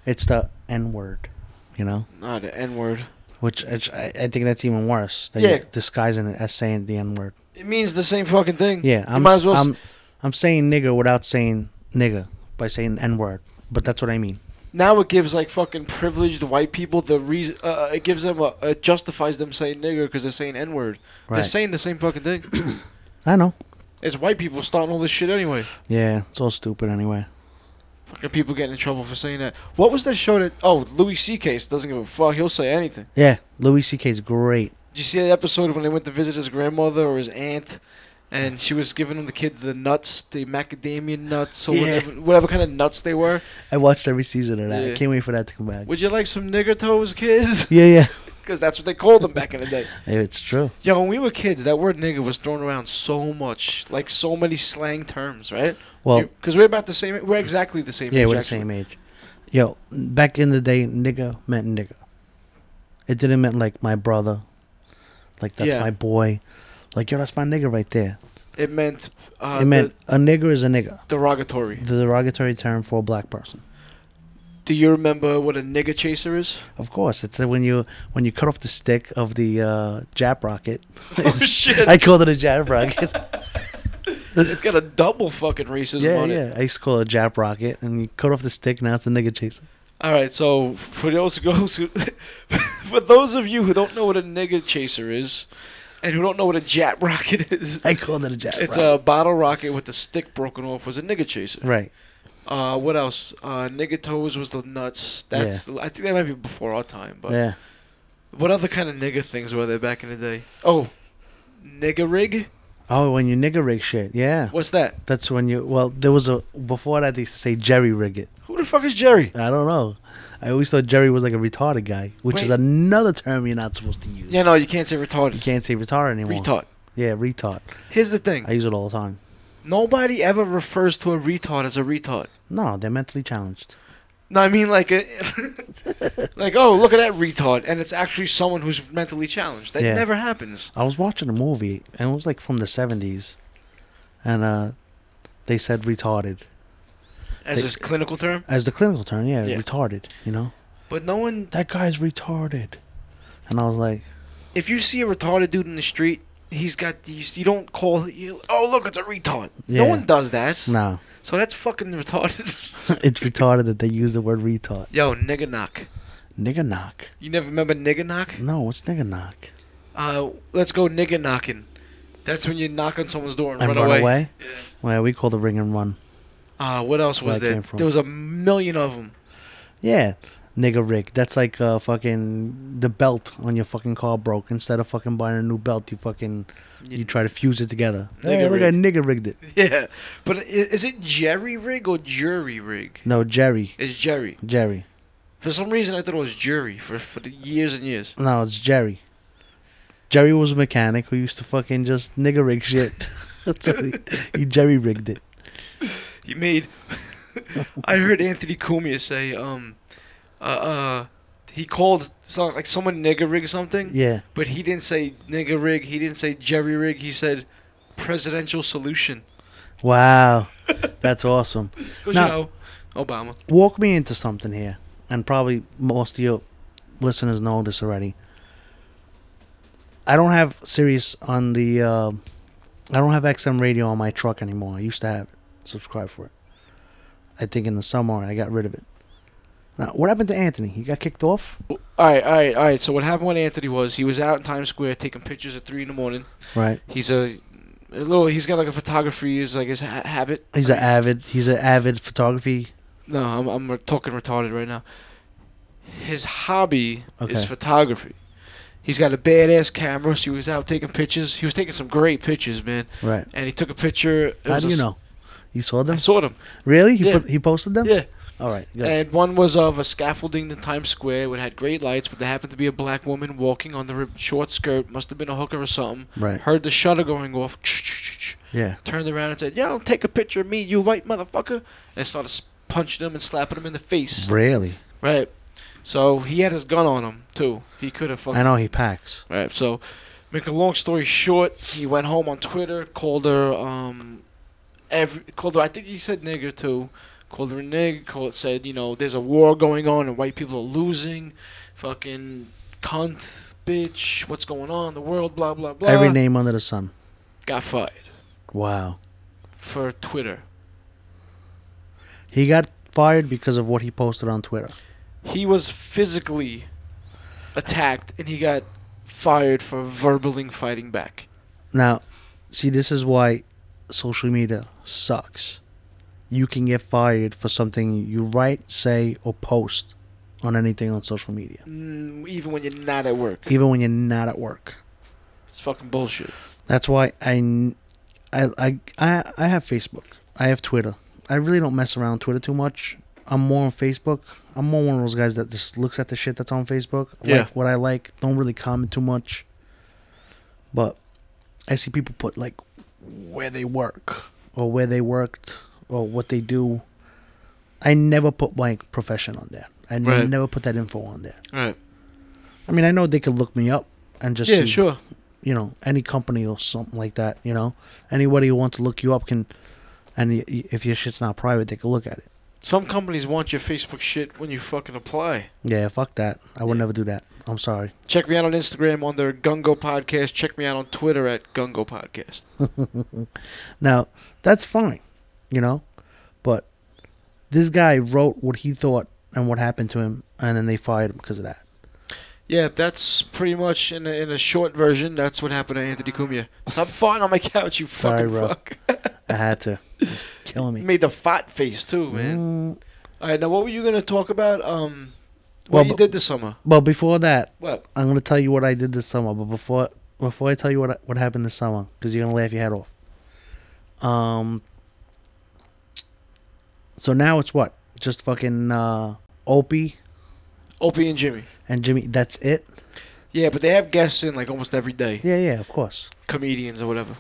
it's the N word. You know. Not the N word. Which which I, I think that's even worse. That Yeah. you're disguising it as saying the N word. It means the same fucking thing. Yeah, you I'm, might as well. s- I'm, I'm saying nigger without saying nigger by saying N word. But that's what I mean. now it gives like fucking privileged white people the reason. Uh, it gives them a, it justifies them saying nigger because they're saying N word. They're Right. saying the same fucking thing. I know. it's white people starting all this shit anyway. Yeah, it's all stupid anyway. Fucking people getting in trouble for saying that. What was that show that? Oh, Louis C.K. doesn't give a fuck. He'll say anything. Yeah, Louis C.K.'s great. Did you see that episode when they went to visit his grandmother or his aunt, and she was giving them the kids the nuts, the macadamia nuts or Yeah. whatever, whatever kind of nuts they were? I watched every season of that. I Yeah. can't wait for that to come back. Would you like some nigger toes, kids? yeah, yeah. Because that's what they called them back in the day. Yeah, It's true. Yo, when we were kids, that word nigga was thrown around so much, like so many slang terms, right? Well, because we're about the same, we're exactly the same. yeah, age, we're the actually. same age. Yo, back in the day, nigger meant nigger. It didn't mean like my brother, like that's Yeah. my boy, like yo, that's my nigger right there. It meant, uh, it meant a nigger is a nigger, de- derogatory. the derogatory term for a black person. Do you remember what a nigger chaser is? Of course, it's uh, when you when you cut off the stick of the uh, jab rocket. Oh shit! I called it a jab rocket. it's got a double fucking racism Uh, yeah, on it. yeah. I used to call it a jab rocket, and you cut off the stick. Now it's a nigger chaser. All right, so for those goes who, for those of you who don't know what a nigger chaser is, and who don't know what a jet rocket is, I called it a jab it's uh, rocket. a bottle rocket with the stick broken off. Was a nigger chaser. right. Uh, what else? Uh, nigger toes was the nuts. That's I think that might be before our time. But Yeah. what other kind of nigger things were there back in the day? Oh, nigger rig. Oh, when you nigger rig shit. Yeah. What's that? That's when you. Well, there was a before that they used to say jerry rig it. Who the fuck is Jerry? I don't know. I always thought Jerry was like a retarded guy, which is Wait. another term you're not supposed to use. Yeah, no, you can't say You retarded. can't say retard anymore. Retard. Yeah, retard. Here's the thing. I use it all the time. Nobody ever refers to a retard as a retard. No, they're mentally challenged. No, I mean like, a, like oh look at that retard, and it's actually someone who's mentally challenged. That Yeah. never happens. I was watching a movie, and it was like from the 70s, and uh, they said retarded. As They- this clinical term, As the clinical term, yeah, Yeah. retarded, you know? but no one. That guy's retarded. And I was like, If you see a retarded dude in the street, he's got these. You don't call. You, oh look, it's a retard. No Yeah. one does that. nah, So that's fucking retarded. it's retarded that they use the word retard. Yo, nigga knock. Nigga knock. You never remember nigga knock? No, what's nigga knock? Uh, let's go nigga knocking. That's when you knock on someone's door and, And run, away. Well, we call the ring and run. Uh, what else Where was I there? came from. There was a million of them. Yeah, nigga Rick. That's like uh, fucking the belt on your fucking car broke. Instead of fucking buying a new belt, you fucking you try to fuse it together. Hey, Nigga look, I nigga rigged it. Yeah, but i- is it Jerry rig or jury rig? No, Jerry, It's Jerry. Jerry. For some reason, I thought it was jury for for the years and years. No, it's Jerry. Jerry was a mechanic who used to fucking just nigga rig shit. That's what he, he Jerry rigged it. He made. I heard Anthony Cumia say, um, uh, uh he called so, like someone nigger rig something, Yeah, but he didn't say nigger rig. He didn't say Jerry rig. He said presidential solution. wow, that's awesome. 'Cause, Now- you know, Obama. walk me into something here, and probably most of your listeners know this already. I don't have Sirius on the. Uh, I don't have XM radio on my truck anymore. I used to have it. Subscribe for it. I think in the summer I got rid of it. Now, what happened to Anthony? He got kicked off, All right, all right, all right. So what happened with Anthony was he was out in Times Square taking pictures at three in the morning. right? He's a, a little. He's got like a photography is like his ha- habit. He's an avid. He's an avid photography. No, I'm I'm re- talking retarded right now. His hobby is Okay. photography. He's got a badass camera, so he was out taking pictures. He was taking some great pictures, man. Right. And he took a picture. it How was do a you s- know? You saw I them? saw them. Really? He Yeah. put, he posted them? Yeah. All right. Good. And one was of a scaffolding in Times Square. It had great lights, but there happened to be a black woman walking on the rib- short skirt. Must have been a hooker or something. Right. Heard the shutter going off. Ch-ch-ch-ch. yeah. turned around and said, "Yo, take a picture of me, you white motherfucker," and started s- punching him and slapping him in the face. Really? Right. So he had his gun on him too. He could have I fucking. know he packs. Right. So, make a long story short, he went home on Twitter, called her, um, every called her. I think he said nigger too. Called her a nigger. Called said, you know, there's a war going on and white people are losing. Fucking cunt, bitch. What's going on? in The world, blah blah blah. Every name under the sun. got fired Wow. for Twitter. He got fired because of what he posted on Twitter. he was physically attacked and he got fired for verbaling fighting back. Now, see, this is why social media sucks. You can get fired for something you write, say, or post on anything on social media, Mm, even when you're not at work. even when you're not at work. It's fucking bullshit. That's why I, n- I, I, I, I have Facebook. I have Twitter. I really don't mess around Twitter too much. I'm more on Facebook. I'm more one of those guys that just looks at the shit that's on Facebook. Yeah. Like what I like. Don't really comment too much. But I see people put like where they work or where they worked or what they do. I never put my profession on there. I Right. never put that info on there. All right. I mean, I know they could look me up and just Yeah, see sure. you know any company or something like that. You know, anybody who wants to look you up can, and y- y- if your shit's not private, they can look at it. Some companies want your Facebook shit when you fucking apply. Yeah, fuck that. I would never do that. I'm sorry. Check me out on Instagram under Gungo Podcast. Check me out on Twitter at Gungo Podcast. Now, that's fine, you know, but this guy wrote what he thought and what happened to him, and then they fired him because of that. Yeah, that's pretty much in a, in a short version. That's what happened to Anthony Cumia. Stop farting on my couch, you Sorry, fucking bro. fuck. I had to. It's killing me. Made the fat face too, man. Mm, All right, now what were you gonna talk about? Um, what Well, you but- did this summer? But before that, What? I'm gonna tell you what I did this summer. But before before I tell you what I- what happened this summer, because you're gonna laugh your head off. Um. So now it's what? Just fucking uh, Opie Opie and Jimmy. and Jimmy. That's it. Yeah, but they have guests in like almost every day, Yeah, yeah, of course. comedians or whatever.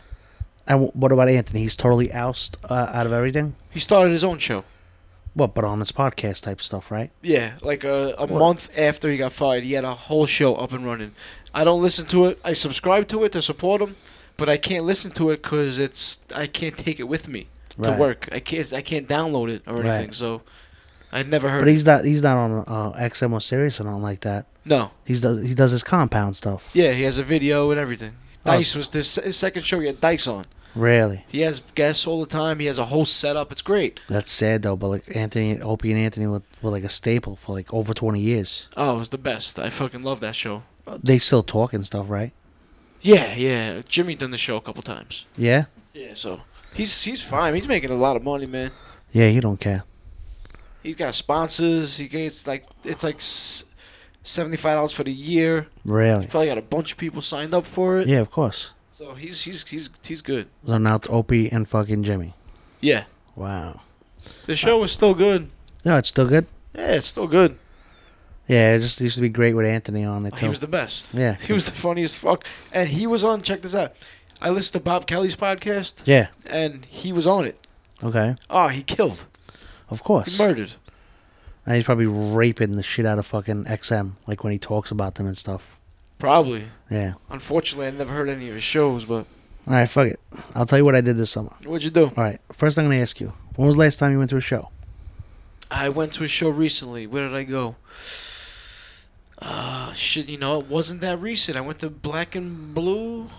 And wh- what about Anthony? He's totally oust uh, out of everything. He started his own show. What? But on his podcast type stuff, right? Yeah, like a, a month after he got fired, he had a whole show up and running. I don't listen to it. I subscribe to it to support him, but I can't listen to it because it's I can't take it with me Right. to work. I can't I can't download it or Right. anything. So I never heard. But it. he's not he's not on uh, XM or Sirius or nothing like that. no. He's does he does his compound stuff. Yeah, he has a video and everything. Oh. Dice was this his second show. He had Dice on. Really, He has guests all the time. He has a whole setup. It's great. that's sad though. But like Anthony, Opie and Anthony were, were like a staple for like over twenty years. Oh, it was the best. I fucking love that show. They still talk and stuff, right? Yeah, yeah. Jimmy done the show a couple times. Yeah, Yeah, so he's he's fine. He's making a lot of money, man. yeah. He don't care. He's got sponsors. He gets like it's like seventy five dollars for the year. Really? He's probably got a bunch of people signed up for it. Yeah, of course. So he's he's he's he's good. So now it's Opie and fucking Jimmy. Yeah. Wow. The show was still good. No, it's still good. Yeah, it's still good. Yeah, it just used to be great with Anthony on it He too. was the best. Yeah. He was the funniest fuck. And he was on check this out. I listened to Bob Kelly's podcast yeah. and he was on it. Okay. Oh, he killed. Of course. He murdered. And he's probably raping the shit out of fucking XM, like when he talks about them and stuff. Probably. Yeah. Unfortunately I never heard any of his shows, but All right, fuck it. I'll tell you what I did this summer. what'd you do? All right. First, I'm gonna ask you, when was the last time you went to a show? I went to a show recently. Where did I go? Uh, shit, you know, it wasn't that recent. I went to Black and Blue.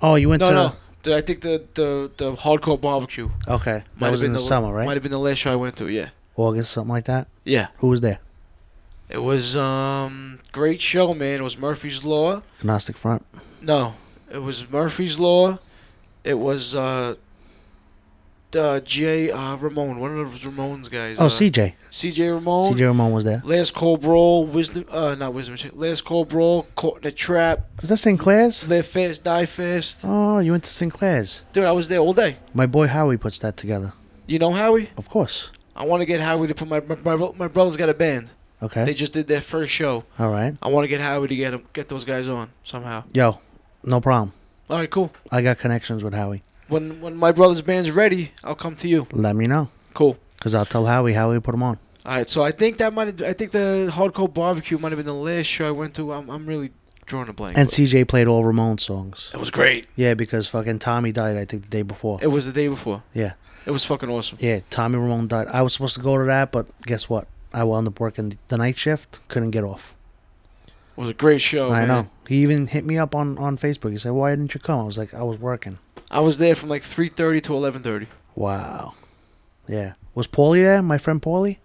Oh, you went No, to. no. The, I think the, the, the Hardcore Barbecue. Okay. Might that have was in the, summer, right? Might have been the last show I went to, yeah. August, something like that. Yeah. Who was there? It was um great show, man. It was Murphy's Law. Gnostic Front. No, it was Murphy's Law. It was uh, uh J uh, Ramon, one of those Ramon's guys. Oh, uh, CJ. CJ Ramon. CJ Ramon was there. Last Call Brawl, Wisdom, uh, not Wisdom, shit, Last Call Brawl, Caught in a Trap, Was that Sinclair's? Live Fast, Die Fast. Oh, you went to Sinclair's. Dude, I was there all day. My boy Howie puts that together. You know Howie? Of course. I want to get Howie to put my, my, my, my brother's got a band. Okay. They just did their first show. All right. I want to get Howie to get 'em- get those guys on somehow. Yo, no problem. All right, cool. I got connections with Howie. When when my brother's band's ready, I'll come to you. Let me know, Cool. cause I'll tell Howie Howie put him on. All right, so I think that might have, I think the Hardcore Barbecue might have been the last show I went to. I'm, I'm really drawing a blank. And but- CJ played all Ramon songs. it was great. Yeah, because fucking Tommy died, I think, the day before. It was the day before. Yeah. It was fucking awesome. Yeah, Tommy Ramone died. I was supposed to go to that, but guess what? I wound up working the night shift. Couldn't get off. It was a great show. I Oh, man. know. He even hit me up on, on Facebook. He said, "Why didn't you come?" I was like, "I was working." I was there from like 3:30 to 11:30. Wow. Yeah. Was Paulie there? My friend Paulie.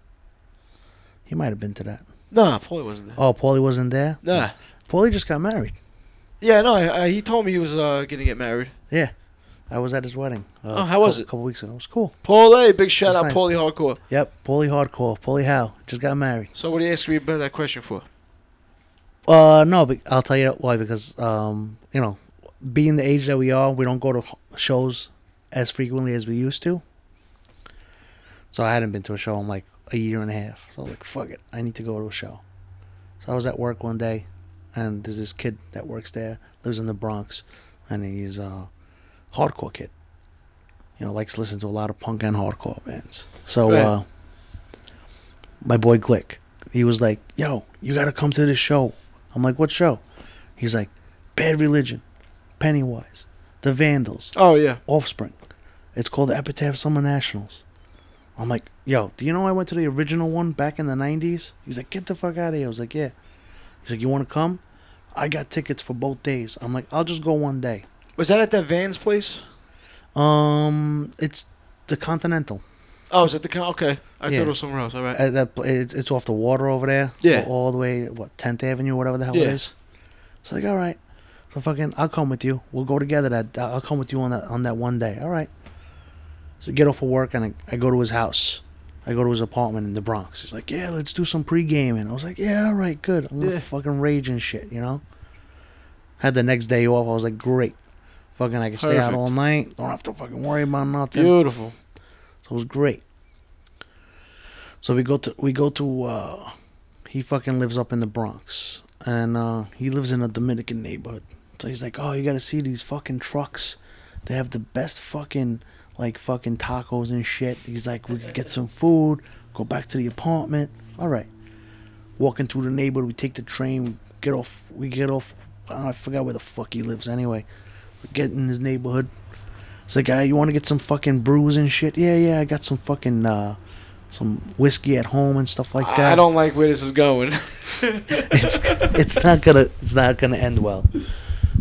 He might have been to that. Nah, Paulie wasn't there. Oh, Paulie wasn't there. Nah. Paulie just got married. Yeah, no. I, I, he told me he was uh, gonna get married. Yeah. I was at his wedding. uh, Oh, how was cou- it? couple weeks ago. It was cool. Paulie, big shout out, That's nice. Paulie Hardcore. Yep. Paulie hardcore. Paulie how just got married. So what are you asking me about that question for? Uh, no, but I'll tell you why. Because um, you know, being the age that we are, we don't go to h- shows as frequently as we used to. So I hadn't been to a show in like a year and a half. So I was like, fuck it, I need to go to a show. So I was at work one day, and there's this kid that works there, lives in the Bronx, and he's a hardcore kid. You know, likes to listen to a lot of punk and hardcore bands. So Right. uh, my boy Glick, he was like, "Yo, you gotta come to this show." I'm like, "What show?" He's like, "Bad Religion." Pennywise, The Vandals, Oh yeah. Offspring. It's called Epitaph Summer Nationals. I'm like, yo, do you know I went to the original one back in the 90s? He's like, get the fuck out of here. I was like, yeah. He's like, you want to come? I got tickets for both days. I'm like, I'll just go one day. Was that at that Vans place? Um, it's the Continental. Oh, was it the con- okay? I Yeah. thought it was somewhere else. All right. At that, pla- it's it's off the water over there. Yeah. All all the way, what, 10th Avenue, whatever the hell Yeah. it is. So like, all right. So fucking, I'll come with you. We'll go together. That I'll come with you on that on that one day. All right. So get off of work and I, I go to his house. I go to his apartment in the Bronx. He's like, yeah, let's do some pre-gaming. I was like, yeah, all right, good. I'm gonna Yeah. fucking rage and shit, you know. Had the next day off. I was like, great. Fucking, I can stay out Perfect. all night. Don't have to fucking worry about nothing. Beautiful. So it was great. So we go to we go to uh he fucking lives up in the Bronx and uh he lives in a Dominican neighborhood. So he's like, "Oh, you got to see these fucking trucks. They have the best fucking like fucking tacos and shit." He's like, "We could get some food, go back to the apartment." All right. Walking through the neighborhood, we take the train, we get off, we get off. I, don't know, I forgot where the fuck he lives anyway. We get in his neighborhood, it's like, "Hey, you want to get some fucking brews and shit? Yeah, yeah, I got some fucking uh, some whiskey at home and stuff like that. I don't like where this is going. It's it's not gonna it's not gonna end well.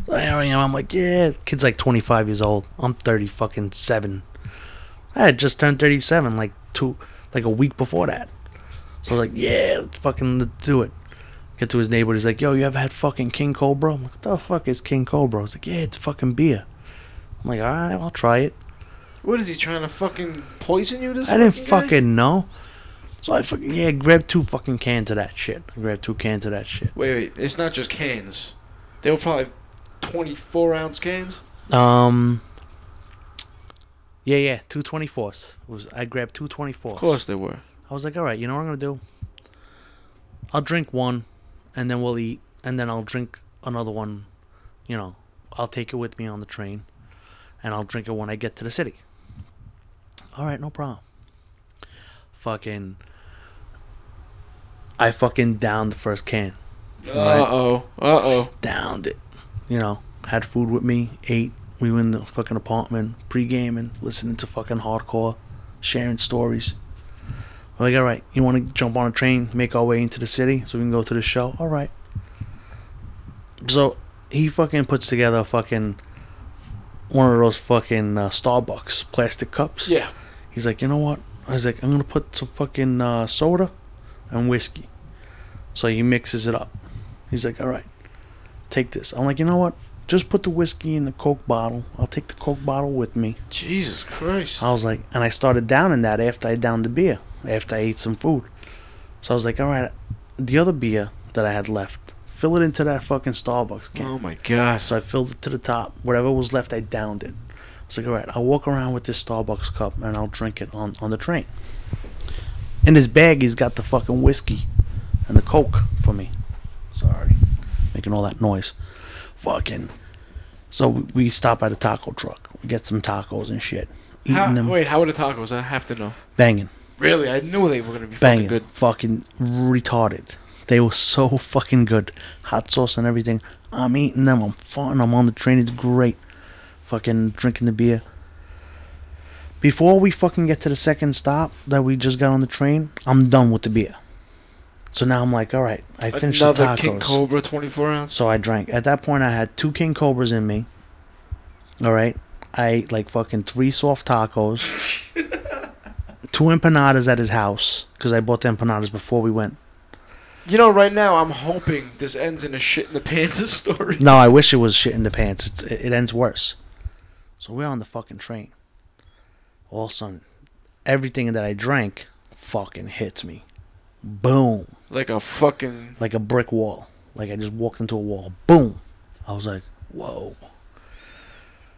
So here I am. I'm like, yeah, kid's like 25 years old. I'm 30 fucking seven. I had just turned 37 like two like a week before that. So like, yeah, let's fucking let's do it. Get to his neighborhood. He's like, yo, you ever had fucking King Cobra? I'm like, what the fuck is King Cobra? He's like, yeah, it's fucking beer. I'm like, all right, I'll try it. what is he trying to fucking poison you? This I didn't guy? fucking know. So I fucking yeah, grabbed two fucking cans of that shit. I grabbed two cans of that shit. Wait, wait. It's not just cans. They were probably twenty-four ounce cans. Um. Yeah, yeah, two twenty fours. Was I grabbed two twenty fours? Of course they were. I was like, all right, you know what I'm gonna do? I'll drink one, and then we'll eat, and then I'll drink another one. You know, I'll take it with me on the train, and I'll drink it when I get to the city. All right, no problem. Fucking. I fucking downed the first can. Uh oh. Uh oh. Downed it. You know, had food with me, ate. We were in the fucking apartment, pre gaming, listening to fucking hardcore, sharing stories. We're like, all right, you want to jump on a train, make our way into the city so we can go to the show? All right. So he fucking puts together a fucking one of those fucking uh, Starbucks plastic cups. Yeah. He's like, you know what? I was like, I'm gonna put some fucking uh, soda and whiskey. So he mixes it up. He's like, all right, take this. I'm like, you know what? Just put the whiskey in the Coke bottle. I'll take the Coke bottle with me. Jesus Christ. I was like, and I started downing that after I downed the beer, after I ate some food. So I was like, all right, the other beer that I had left, fill it into that fucking Starbucks can. Oh my God. So I filled it to the top. Whatever was left, I downed it. I was like, all right, I'll walk around with this Starbucks cup and I'll drink it on, on the train. In his bag, he's got the fucking whiskey and the Coke for me. Sorry. Making all that noise. Fucking. So we we stop at a taco truck. We get some tacos and shit. Eating How, them. wait, how were the tacos? I have to know. Banging. Really, I knew they were gonna be fucking Banging. good. Fucking retarded. They were so fucking good. Hot sauce and everything. I'm eating them. I'm farting. I'm on the train. It's great. Fucking drinking the beer. Before we fucking get to the second stop that we just got on the train, I'm done with the beer. So now I'm like, all right, I finished Another the tacos. King Cobra 24 ounce. So I drank. At that point, I had two King Cobras in me. All right. I ate like fucking three soft tacos, two empanadas at his house because I bought the empanadas before we went. You know, right now I'm hoping this ends in a shit in the pants story. No, I wish it was shit in the pants. It's, it it ends worse. So we're on the fucking train. All of a sudden, everything that I drank fucking hits me. Boom. Like a fucking. like a brick wall. Like I just walked into a wall. Boom. I was like, whoa.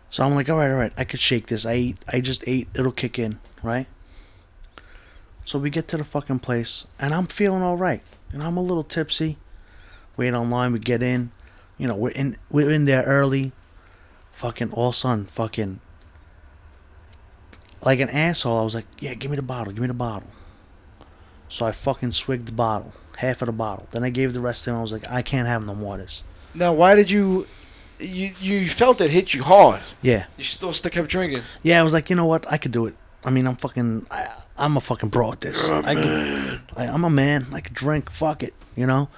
So I'm like, all right, all right, I could shake this. I ate, I just ate. It'll kick in, right? So we get to the fucking place, and I'm feeling all right, and I'm a little tipsy. Wait online, we get in. You know, we're in, we're in there early. Fucking all sun, fucking. Like an asshole, I was like, yeah, give me the bottle, give me the bottle. So I fucking swigged the bottle, half of the bottle. Then I gave the rest to him. I was like, I can't have no more of this. Now, why did you you you felt it hit you hard. Yeah. You still still kept drinking. Yeah, I was like, you know what? I could do it. I mean, I'm fucking. I, I'm a fucking pro at this. I could, I, I'm a man. I could drink. Fuck it. You know.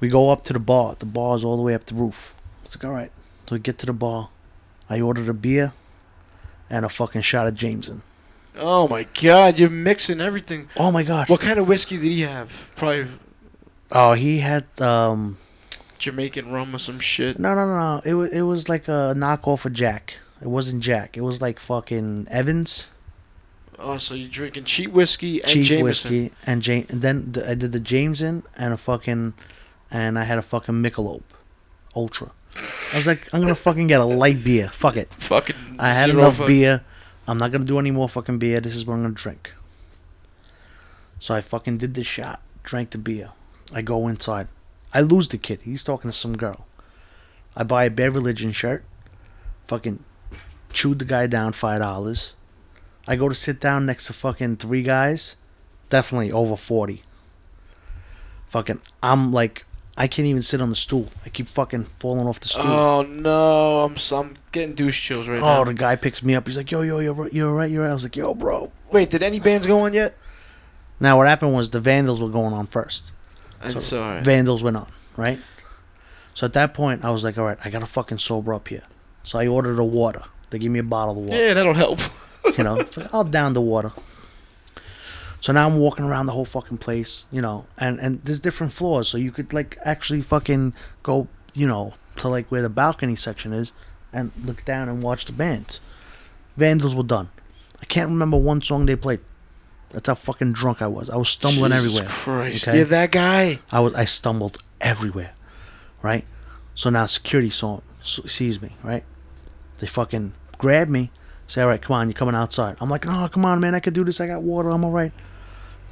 We go up to the bar. The bar's all the way up the roof. It's like, all right. So we get to the bar. I ordered a beer and a fucking shot of Jameson. Oh my god, you're mixing everything. Oh my god. What kind of whiskey did he have? Probably Oh, he had um. Jamaican rum or some shit. No, no, no. no. It was it was like a knockoff of Jack. It wasn't Jack. It was like fucking Evans. Oh, so you're drinking cheap whiskey and cheap Jameson. whiskey and James. And then the, I did the Jameson and a fucking, and I had a fucking Michelob, Ultra. I was like, I'm gonna fucking get a light beer. Fuck it. Fucking I had zero enough fuck- beer. I'm not gonna do any more fucking beer. This is what I'm gonna drink. So I fucking did the shot, drank the beer. I go inside. I lose the kid. He's talking to some girl. I buy a Bad Religion shirt. Fucking chewed the guy down five dollars. I go to sit down next to fucking three guys. Definitely over forty. Fucking, I'm like, I can't even sit on the stool. I keep fucking falling off the stool. Oh no, I'm so, I'm getting douche chills right Oh, now. the guy picks me up. He's like, "Yo, yo, you're you're right, you're right." I was like, "Yo, bro." Wait, did any bands go on yet? Now what happened was the Vandals were going on first. I'm So- sorry. Vandals went on, right? So at that point, I was like, "All right, I gotta fucking sober up here." So I ordered a water. They gave me a bottle of water. yeah, that'll help. You know, It's like, I'll down the water. So now I'm walking around the whole fucking place, you know, and and there's different floors, so you could like actually fucking go, you know, to like where the balcony section is, and look down and watch the bands. Vandals were done. I can't remember one song they played. That's how fucking drunk I was. I was stumbling Jesus everywhere. Christ, okay? you're that guy. I was I stumbled everywhere, right? So now security saw s- sees me, right? They fucking grab me, say, "All right, come on, you're coming outside." I'm like, "No, come on, man, I could do this. I got water. I'm all right."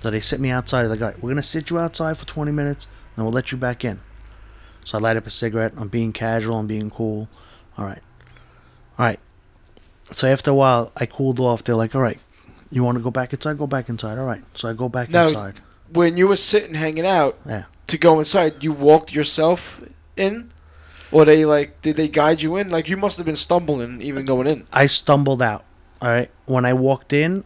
So they sit me outside. They're like, "All right, we're gonna sit you outside for 20 minutes, and we'll let you back in." So I light up a cigarette. I'm being casual. I'm being cool. All right, all right. So after a while, I cooled off. They're like, "All right, you want to go back inside? Go back inside." All right. So I go back Now- inside. When you were sitting hanging out Yeah. to go inside, you walked yourself in, or they like did they guide you in? Like you must have been stumbling even going in. I stumbled out. All right. When I walked in,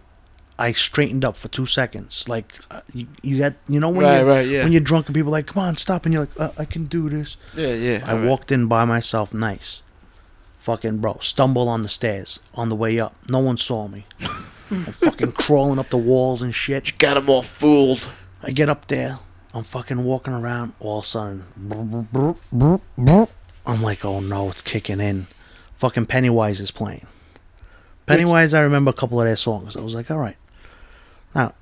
I straightened up for two seconds. Like uh, you, you got, you know, when Right, you're, right, yeah. when you're drunk and people are like, "Come on, stop," and you're like, uh, "I can do this." Yeah, yeah. I walked in by myself, nice. Fucking bro, stumble on the stairs on the way up. No one saw me. I'm fucking crawling up the walls and shit. Got him all fooled. I get up there. I'm fucking walking around. All of a sudden, I'm like, oh no, it's kicking in. Fucking Pennywise is playing. Pennywise, I remember a couple of their songs. I was like, all right. Now,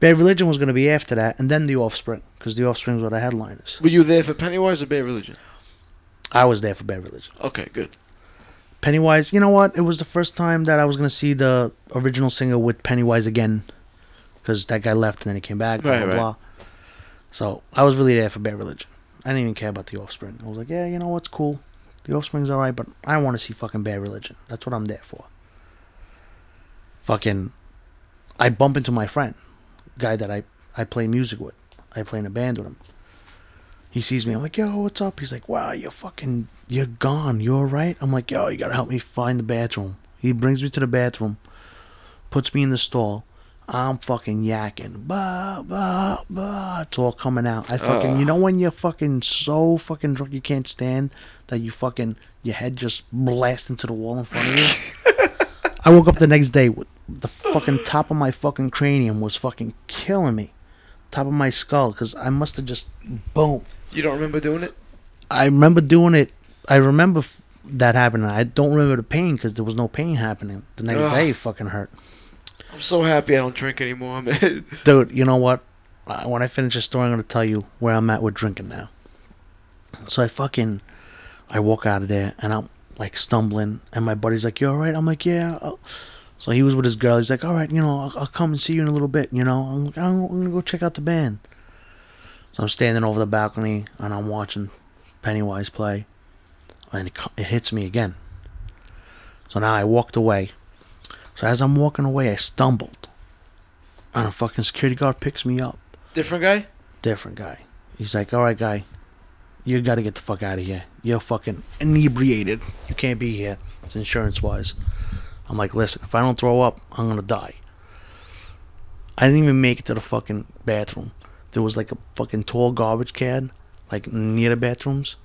Bad Religion was going to be after that, and then The Offspring, because The Offspring were the headliners. Were you there for Pennywise or Bad Religion? I was there for Bad Religion. Okay, good. Pennywise, you know what? It was the first time that I was going to see the original singer with Pennywise again, because that guy left and then he came back, blah, Right, blah, right. blah. So I was really there for Bad Religion. I didn't even care about The Offspring. I was like, yeah, you know what's cool. The Offspring's alright, but I want to see fucking Bad Religion. That's what I'm there for. Fucking, I bump into my friend, guy that I, I play music with. I play in a band with him. He sees me. I'm like, yo, what's up? He's like, wow, you're fucking, you're gone. You all right? I'm like, yo, you gotta help me find the bathroom. He brings me to the bathroom, puts me in the stall. I'm fucking yakking. Bah, bah, bah. It's all coming out. I fucking, you know, when you're fucking so fucking drunk you can't stand that you fucking, your head just blasts into the wall in front of you? I woke up the next day with the fucking top of my fucking cranium was fucking killing me. Top of my skull, because I must have just, boom. You don't remember doing it? I remember doing it. I remember f- that happening. I don't remember the pain because there was no pain happening. The next Ugh. day, it fucking hurt, I'm so happy I don't drink anymore, man. dude. You know what? I, when I finish this story, I'm gonna tell you where I'm at with drinking now. So I fucking, I walk out of there and I'm like stumbling, and my buddy's like, "You all right?" I'm like, "Yeah." I'll-" So he was with his girl. He's like, "All right, you know, I'll, I'll come and see you in a little bit." You know, I'm like, "I'm gonna go check out the band." So I'm standing over the balcony and I'm watching Pennywise play, and it, co- it hits me again. So now I walked away. So as I'm walking away, I stumbled, and a fucking security guard picks me up. Different guy? Different guy. He's like, "All right, guy, you got to get the fuck out of here. You're fucking inebriated. You can't be here. It's insurance wise. I'm like, listen, if I don't throw up, I'm going to die. I didn't even make it to the fucking bathroom. There was like a fucking tall garbage can, like near the bathrooms.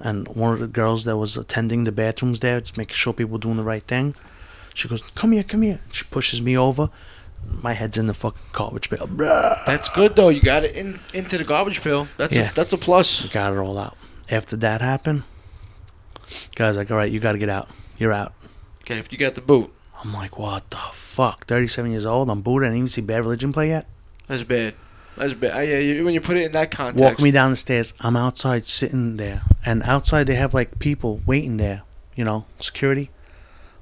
And one of the girls that was attending the bathrooms there, just making sure people were doing the right thing, she goes, come here, come here. She pushes me over. My head's in the fucking garbage bale. Bruh. That's good though. You got it in into the garbage pail. That's Yeah. a, that's a plus. Got it all out. After that happened, guys like, all right, you got to get out. You're out. Okay, if you got the boot, I'm like, what the fuck? 37 years old. I'm booted. I didn't even see Bad Religion play yet. that's bad. That's bad. Uh, yeah, you, when you put it in that context. Walk me down the stairs. I'm outside sitting there. And outside, they have like people waiting there, you know, security.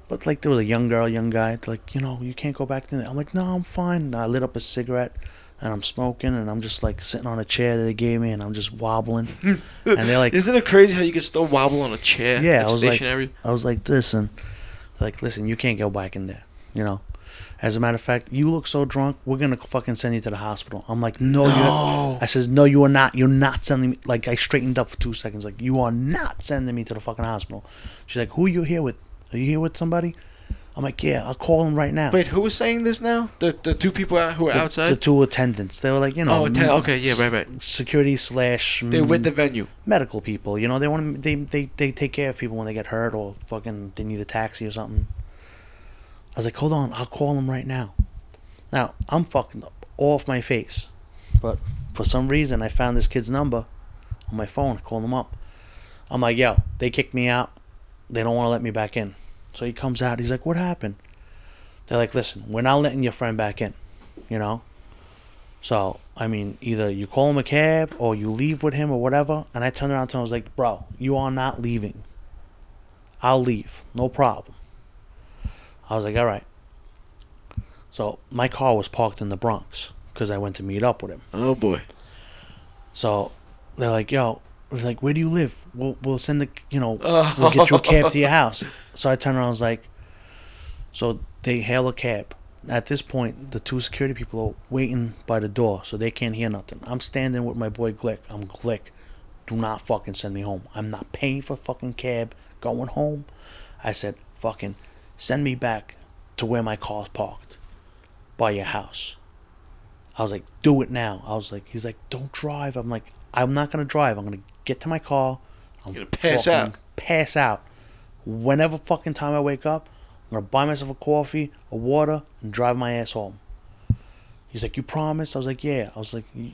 But like, there was a young girl, young guy, they're like, you know, you can't go back in there. I'm like, no, I'm fine. And I lit up a cigarette and I'm smoking and I'm just like sitting on a chair that they gave me and I'm just wobbling. and they're like, Isn't it crazy how you can still wobble on a chair? Yeah, It's I was stationary. like, I was like, listen, like, listen, you can't go back in there, you know. As a matter of fact, you look so drunk, we're gonna fucking send you to the hospital. I'm like, no, No. you're. I says, no, you are not. You're not sending me. Like, I straightened up for two seconds. Like, you are not sending me to the fucking hospital. She's like, who you here with? Are you here with somebody? I'm like, yeah, I'll call him right now. Wait, who was saying this now? The the two people out who were the, outside. The two attendants. They were like, you know. Oh, atten- okay, yeah, s- right, right. Security slash. They're with mm, the venue. medical people. You know, they want to, they, they they take care of people when they get hurt or fucking they need a taxi or something. I was like, hold on, I'll call them right now. Now I'm fucking up off my face, but for some reason I found this kid's number on my phone. I called him up. I'm like, yo, they kicked me out. They don't want to let me back in. So he comes out. He's like, what happened? They're like, listen, we're not letting your friend back in. You know, so I mean, either you call him a cab or you leave with him or whatever. And I turned around to him, I was like, "Bro, you are not leaving. I'll leave, no problem." I was like, "All right." So my car was parked in the Bronx because I went to meet up with him. Oh boy. So they're like, "Yo," they're like, "Where do you live? We'll we'll send the you know we'll get you a cab to your house." So I turned around, I was like, "So they hail a cab." At this point, the two security people are waiting by the door, so they can't hear nothing. I'm standing with my boy Glick. I'm Glick. Do not fucking send me home. I'm not paying for fucking cab going home. I said, fucking send me back to where my car's parked by your house. I was like, do it now. I was like, he's like, don't drive. I'm like, I'm not gonna drive. I'm gonna get to my car. I'm Gonna pass fucking out. Pass out. Whenever fucking time I wake up, I'm gonna buy myself a coffee, a water, and drive my ass home. He's like, you promise? I was like, yeah. I was like, "You-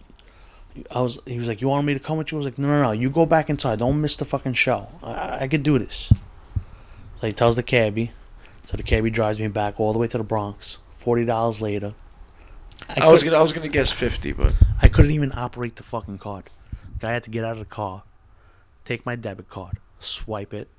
I was. He was like, you wanted me to come with you? I was like, no, no, no. You go back inside. Don't miss the fucking show. I- I, I could do this. So he tells the cabbie. So the cabbie drives me back all the way to the Bronx. Forty dollars later. I, was couldn't- gonna I was gonna guess fifty, but I couldn't even operate the fucking card. I had to get out of the car, take my debit card, swipe it.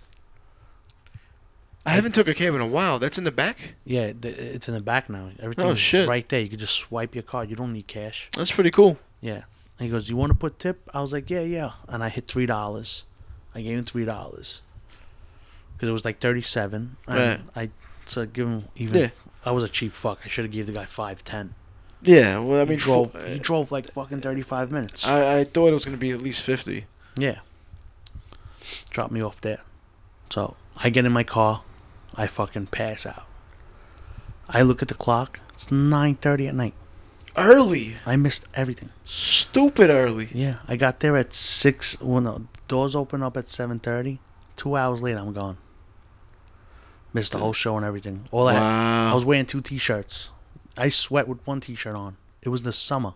I haven't took a cab in a while. That's in the back. Yeah, th- it's in the back now. Everything's Oh, shit. right there. You could just swipe your card. You don't need cash. That's pretty cool. Yeah. And he goes, "You want to put tip?" I was like, "Yeah, yeah." And I hit three dollars. I gave him three dollars because it was like thirty-seven. Right. And I so I give him even. Yeah. f- I was a cheap fuck. I should have gave the guy five ten. Yeah. Well, I He mean, drove. fo- he drove like fucking thirty-five minutes. I I thought it was gonna be at least fifty. Yeah. Drop me off there. So I get in my car, I fucking pass out. I look at the clock. It's nine thirty at night. Early. I missed everything. Stupid early. Yeah, I got there at six. Well, no, doors open up at seven thirty. Two hours later, I'm gone. Missed the whole show and everything. All I had, Wow. I was wearing two t-shirts. I sweat with one t-shirt on. It was the summer.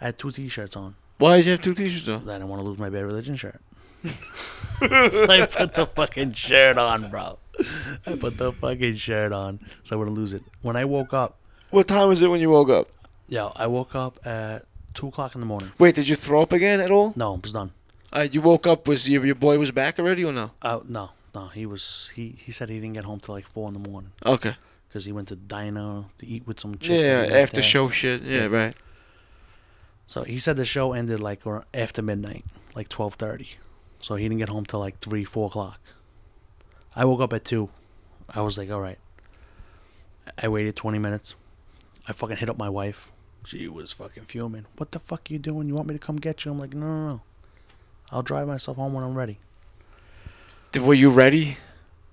I had two t-shirts on. Why did you have two t-shirts on? I didn't want to lose my bad religion shirt. so I put the fucking shirt on, bro. I put the fucking shirt on so I wouldn't lose it. When I woke up, What time was it when you woke up? yo, I woke up at two o'clock in the morning. Wait, did you throw up again at all? No, it was done. Uh, you woke up. Was your your boy was back already or no? Uh, no, no, he was he he said he didn't get home till like four in the morning Okay. because he went to diner to eat with some chick. Yeah. and After that. show shit. Yeah. Right. So he said the show ended like or after midnight, like twelve thirty. So he didn't get home till like three, four o'clock. I woke up at two. I was like, all right. I waited twenty minutes. I fucking hit up my wife. She was fucking fuming. What the fuck you doing? You want me to come get you? I'm like, no, no, no. I'll drive myself home when I'm ready. Did, were you ready?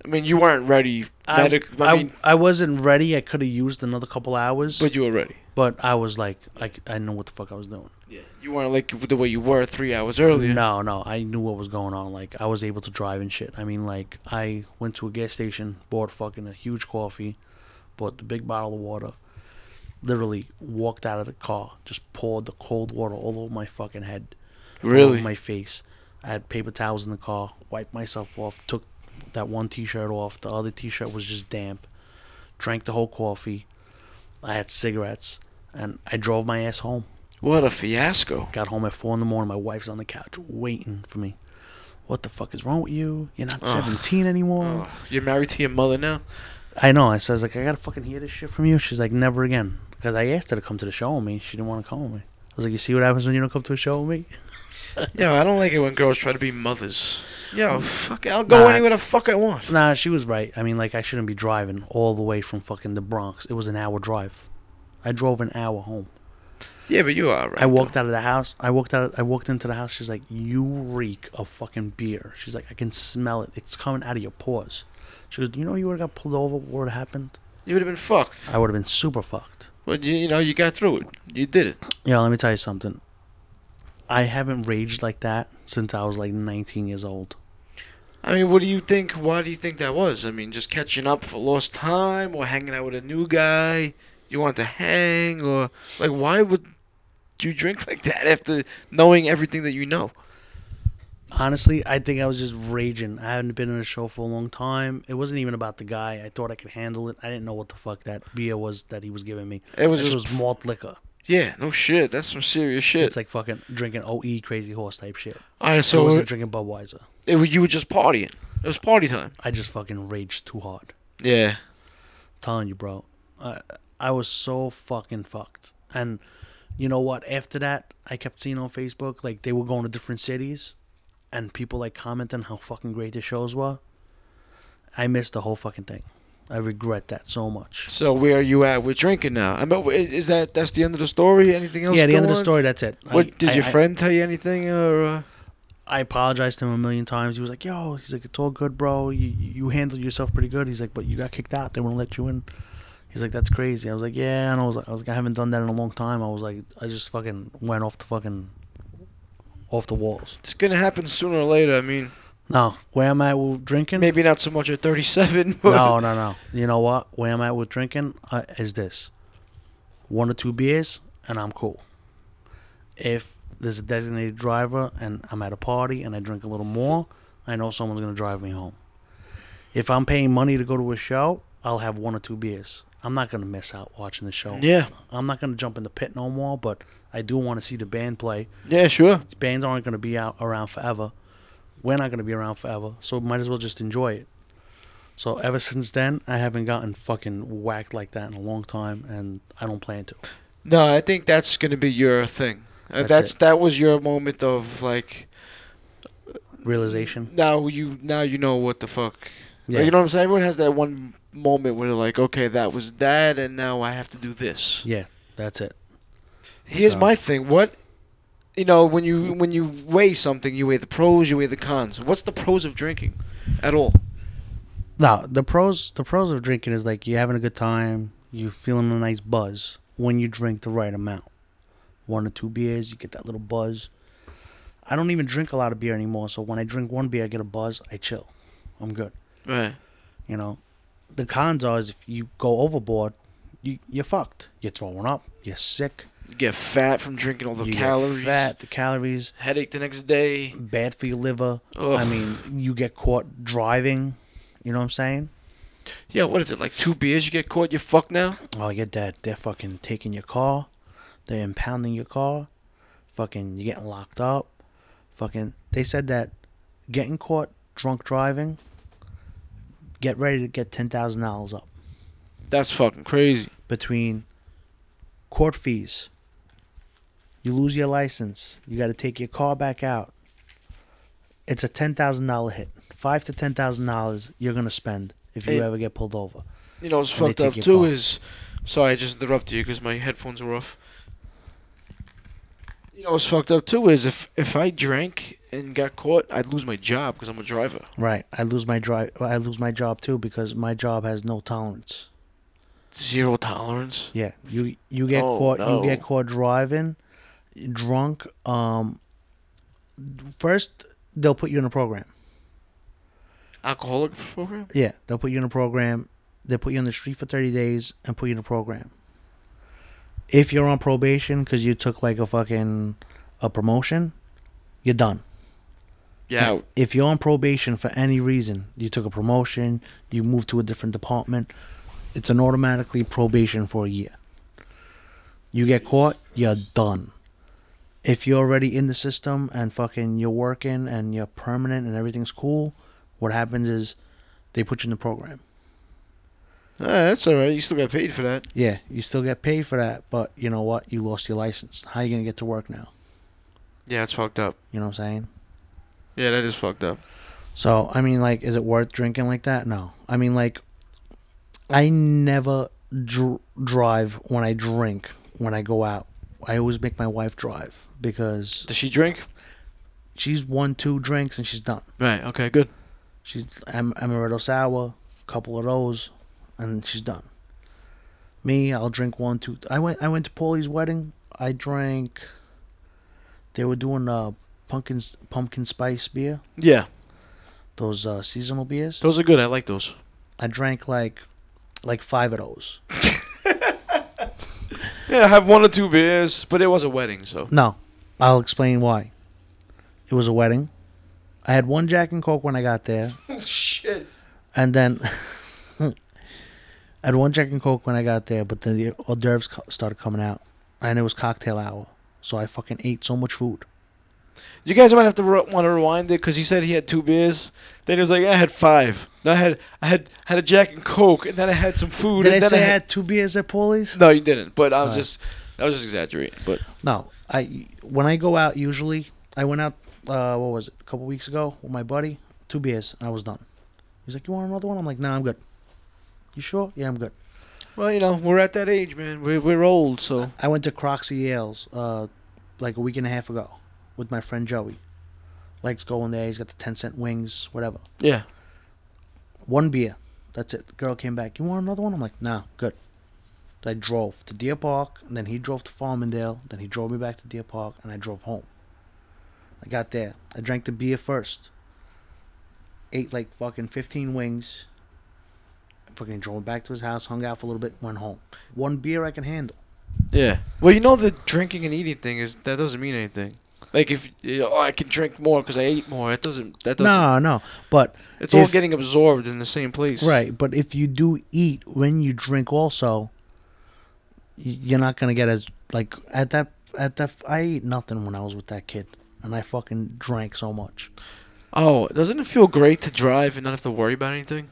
I mean, you weren't ready. Medic- I, I, mean, I wasn't ready. I could have used another couple hours, but, but you were ready. I was like, like I knew what the fuck I was doing. Yeah. You weren't like the way you were three hours earlier. No, no, I knew what was going on. Like I was able to drive and shit. I mean, like I went to a gas station, bought fucking a huge coffee, bought the big bottle of water. Literally walked out of the car, just poured the cold water all over my fucking head. all Really? over Oh my face. I had paper towels in the car, wiped myself off, took that one t shirt off, the other t shirt was just damp, drank the whole coffee, I had cigarettes, and I drove my ass home. what a fiasco. Got home at four in the morning, my wife's on the couch waiting for me. What the fuck is wrong with you? You're not seventeen anymore. Ugh, Oh, you're married to your mother now? I know. I says like I gotta fucking hear this shit from you. She's like, never again. Because I asked her to come to the show with me. She didn't want to come with me. I was like, you see what happens when you don't come to a show with me? Yeah, I don't like it when girls try to be mothers. Mm. Yo, fuck it. I'll go Nah. anywhere the fuck I want. Nah, she was right. I mean, like, I shouldn't be driving all the way from fucking the Bronx. It was an hour drive. I drove an hour home. Yeah, but you are right. I walked out of the house. I walked out. I walked into the house. She's like, "You reek of fucking beer." She's like, "I can smell it. It's coming out of your pores." She goes, "Do you know you would have got pulled over? What would have happened? You would have been fucked. I would have been super fucked." But you, you know, you got through it. You did it. Yeah, let me tell you something. I haven't raged like that since I was like 19 years old. I mean, what do you think? Why do you think that was? I mean, just catching up for lost time or hanging out with a new guy you want to hang or like why would you drink like that after knowing everything that you know? Honestly, I think I was just raging. I hadn't been in a show for a long time. It wasn't even about the guy. I thought I could handle it. I didn't know what the fuck that beer was that he was giving me. It was This just- was malt liquor. Yeah, no shit. That's some serious shit. It's like fucking drinking OE crazy horse type shit. All right, So I so wasn't it, drinking Budweiser. it, was- you were just partying. It was party time. I just fucking raged too hard. Yeah. telling you, bro. I I was so fucking fucked. And you know what? After that, I kept seeing on Facebook like they were going to different cities, and people like commenting how fucking great the shows were. I missed the whole fucking thing. I regret that so much. So where are you at with drinking now? I mean, i- is that that's the end of the story? Anything else? Yeah, the end of the going? story. That's it. I- What did I- your I- friend tell you anything or? Uh, I apologized to him a million times. He was like, "Yo," he's like, "It's all good, bro. You you handled yourself pretty good." He's like, "But you got kicked out. They wouldn't let you in." He's like, "That's crazy." I was like, "Yeah," and I was like, "I was like, I haven't done that in a long time." I was like, "I just fucking went off the fucking off the walls." it's gonna happen sooner or later. I mean, No, where I'm at with drinking? maybe not so much at 37. But No, no, no. You know what? Where I'm at with drinking uh, is this: one or two beers, and I'm cool. If there's a designated driver and I'm at a party and I drink a little more, I know someone's gonna drive me home. If I'm paying money to go to a show, I'll have one or two beers. I'm not gonna miss out watching the show. Yeah. I'm not gonna jump in the pit no more, but I do want to see the band play. Yeah, sure. These bands aren't gonna be out around forever. We're not gonna be around forever, so might as well just enjoy it. So ever since then, I haven't gotten fucking whacked like that in a long time, and I don't plan to. No, I think that's gonna be your thing. Uh, That's that's it. that was your moment of like Realization. now you now you know what the fuck. Like, Yeah. you know what I'm saying? Everyone has that one moment where they're like, okay, that was that, and now I have to do this. Yeah, that's it. Here's So- my thing. What you know when you when you weigh something, you weigh the pros, you weigh the cons. What's the pros of drinking at all? Now the pros, the pros of drinking is like you're having a good time, you're feeling a nice buzz when you drink the right amount. One or two beers, you get that little buzz. I don't even drink a lot of beer anymore, so when I drink one beer, I get a buzz. I chill. I'm good. Right. You know, the cons are is if you go overboard, you you're fucked. You're throwing up. You're sick. You get fat from drinking all the you get calories. fat. The calories Headache the next day. bad for your liver. I Ugh. mean, you get caught driving. You know what I'm saying? Yeah, what is it? Like two beers you get caught, you're fucked now? Oh, you're dead. They're fucking taking your car. They're impounding your car. Fucking, you're getting locked up. Fucking, they said that getting caught drunk driving. Get ready to get ten thousand dollars up. That's fucking crazy. between court fees. You lose your license. You got to take your car back out. It's a ten thousand dollar hit. Five to ten thousand dollars you're gonna spend if you Hey. ever get pulled over. You know what's And they fucked up take your too car. is, sorry I just interrupted you because my headphones were off. you know what's fucked up too is if if I drank and got caught, I'd lose my job because I'm a driver. Right. I lose my drive. I lose my job too because my job has no tolerance. Zero tolerance. Yeah. You you get Oh, caught. no. You get caught driving, drunk. Um. First, they'll put you in a program. Alcoholic program. Yeah, they'll put you in a program. They put you on the street for 30 days and put you in a program. If you're on probation because you took like a fucking a promotion, you're done. Yeah. Out. If you're on probation for any reason, you took a promotion, you moved to a different department, it's an automatically probation for a year. You get caught, you're done. If you're already in the system and fucking you're working and you're permanent and everything's cool, what happens is they put you in the program. Ah, that's all right. You still got paid for that. Yeah, you still get paid for that, but you know what? You lost your license. How you gonna get to work now? Yeah, it's fucked up. You know what I'm saying? Yeah, that is fucked up. So I mean, like, is it worth drinking like that? No. I mean, like, I never dr- drive when I drink when I go out. I always make my wife drive because Does she drink? she's one two drinks and she's done. Right. Okay. Good. She's am- amaretto sour, couple of those, and she's done. Me, I'll drink one, two. I went. I went to Paulie's wedding. I drank. They were doing uh pumpkin pumpkin spice beer, Yeah, those uh, seasonal beers. those are good. I like those. I drank like, like five of those. Yeah, have one or two beers, but it was a wedding, so No, I'll explain why. It was a wedding. I had one Jack and Coke when I got there. shit. And then I had one Jack and Coke when I got there, but then the hors d'oeuvres co- started coming out, and it was cocktail hour. So I fucking ate so much food. You guys might have to re- want to rewind it because he said he had two beers. Then he was like, "I had five. Then I had I had had a Jack and Coke, and then I had some food." Did and I then say I had two beers at Paulie's? No, you didn't. But I was Alright. just I was just exaggerating. But No, I when I go out usually I went out uh, what was it a couple weeks ago with my buddy two beers and I was done. He's like, "You want another one?" I'm like, "Nah, I'm good." You sure? Yeah, I'm good. well, you know, we're at that age, man. We're we're old, so I went to Croxy Yale's uh, like a week and a half ago with my friend Joey. Likes going there. He's got the ten cent wings, whatever. yeah. One beer. That's it. The girl came back. You want another one? I'm like, nah, good. I drove to Deer Park, and then he drove to Farmingdale, then he drove me back to Deer Park, and I drove home. I got there. I drank the beer first. Ate like fucking 15 wings. Fucking drove back to his house, hung out for a little bit, went home. One beer I can handle. Yeah. Well, you know the drinking and eating thing is that doesn't mean anything. Like if you know, oh, I can drink more because I ate more, it doesn't. That doesn't. No, no. But it's all if- getting absorbed in the same place. Right, but if you do eat when you drink, also, y- you're not gonna get as like at that at that. I ate nothing when I was with that kid, and I fucking drank so much. Oh, doesn't it feel great to drive and not have to worry about anything?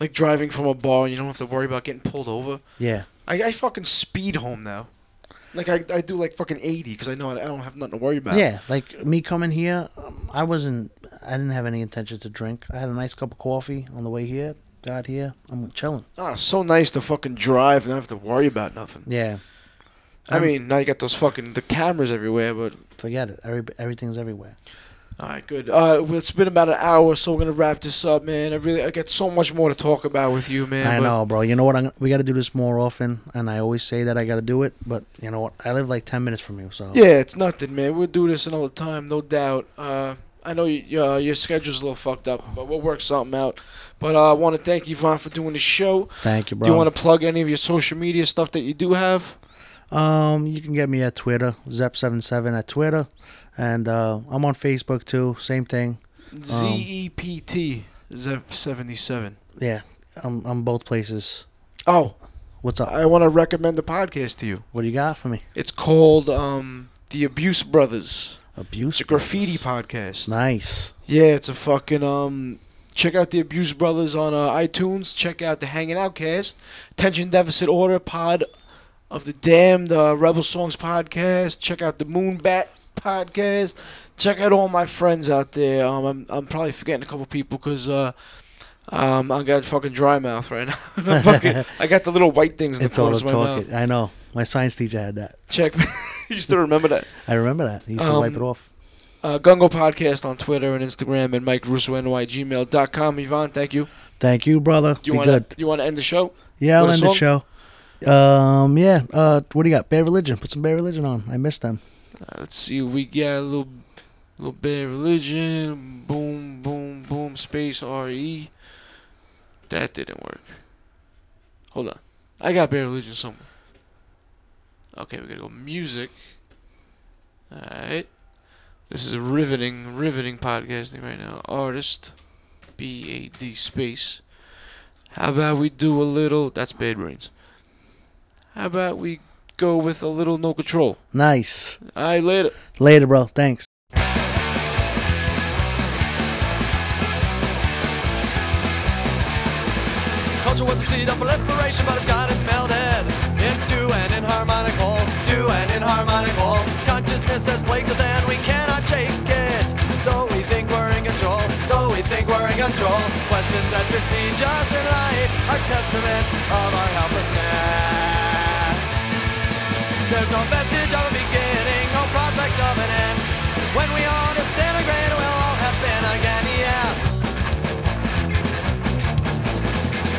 Like driving from a bar and you don't have to worry about getting pulled over. Yeah, I, I fucking speed home now. Like I, I do like fucking 80 because I know I don't have nothing to worry about. yeah. Like me coming here, um, I wasn't. I didn't have any intention to drink. I had a nice cup of coffee on the way here. Got here, I'm chilling. Ah, so nice to fucking drive and not have to worry about nothing. Yeah, I mean, now you got those fucking the cameras everywhere, but forget it. Every everything's everywhere. all right, good. Uh, well, it's been about an hour, so we're gonna wrap this up, man. I really, I got so much more to talk about with you, man. I but- know, bro. You know what? I'm, we got to do this more often, and I always say that I got to do it. But you know what? I live like ten minutes from you, so Yeah, it's nothing, man. We'll do this another time, no doubt. Uh, I know you, uh, your schedule's a little fucked up, but we'll work something out. But uh, I want to thank Yvonne for doing the show. Thank you, bro. Do you want to plug any of your social media stuff that you do have? Um, you can get me at Twitter, Zep77 at Twitter, and uh, I'm on Facebook too. Same thing. Z E P T Zep seventy seven. Yeah, I'm I'm both places. Oh, What's up? I want to recommend the podcast to you. What do you got for me? It's called um, The Abuse Brothers. Abuse. It's a graffiti brothers. podcast. Nice. Yeah, it's a fucking um. Check out the Abuse Brothers on uh, iTunes. Check out the Hanging Out Cast, Tension Deficit Order Pod of the Damned, uh, Rebel Songs Podcast. Check out the Moonbat Podcast. Check out all my friends out there. Um, I'm I'm probably forgetting a couple people because uh, um, I got fucking dry mouth right now. I'm fucking- I got the little white things in it's the all the corners of my talk. mouth. I know. My science teacher had that. Check. you still remember that? I remember that. He used to wipe Um, it off. Uh, Gungo Podcast on Twitter and Instagram and Mike Russo NY gmail.com. Yvonne, thank you. Thank you, brother. Do you Be want to good. you want to end the show? Yeah, I'll want end a the show. Um, yeah. Uh, what do you got? Bad Religion. Put some Bad Religion on. I missed them. Uh, let's see. We got a little little bit of religion. Boom, boom, boom. Space R E. That didn't work. Hold on. I got bare religion somewhere. Okay, we gotta go music. All right. This is a riveting, riveting podcasting right now. Artist, B A D space. How about we do a little? That's Bad Brains. How about we go with a little No Control? Nice. All right, later. Later, bro. Thanks. Culture was a seed of proliferation, but it's gotten melted into an inharmonic whole, to an inharmonic whole. Consciousness has plagued us and we cannot shake it. Though we think we're in control, though we think we're in control. Questions that besiege us in life are testament of our helplessness. There's no vestige of a beginning, no prospect of an end. When we all disintegrate, we'll all have been again, yeah.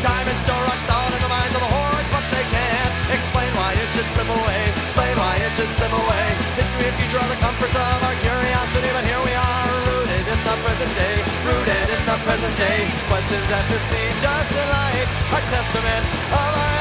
Time is so rock solid in the minds of the hordes, but they can't explain why it should slip away. Explain why it should slip away. History, if you draw the comforts of our curiosity, but here we are, rooted in the present day, rooted in the present day. Questions that besiege us in life are testament of our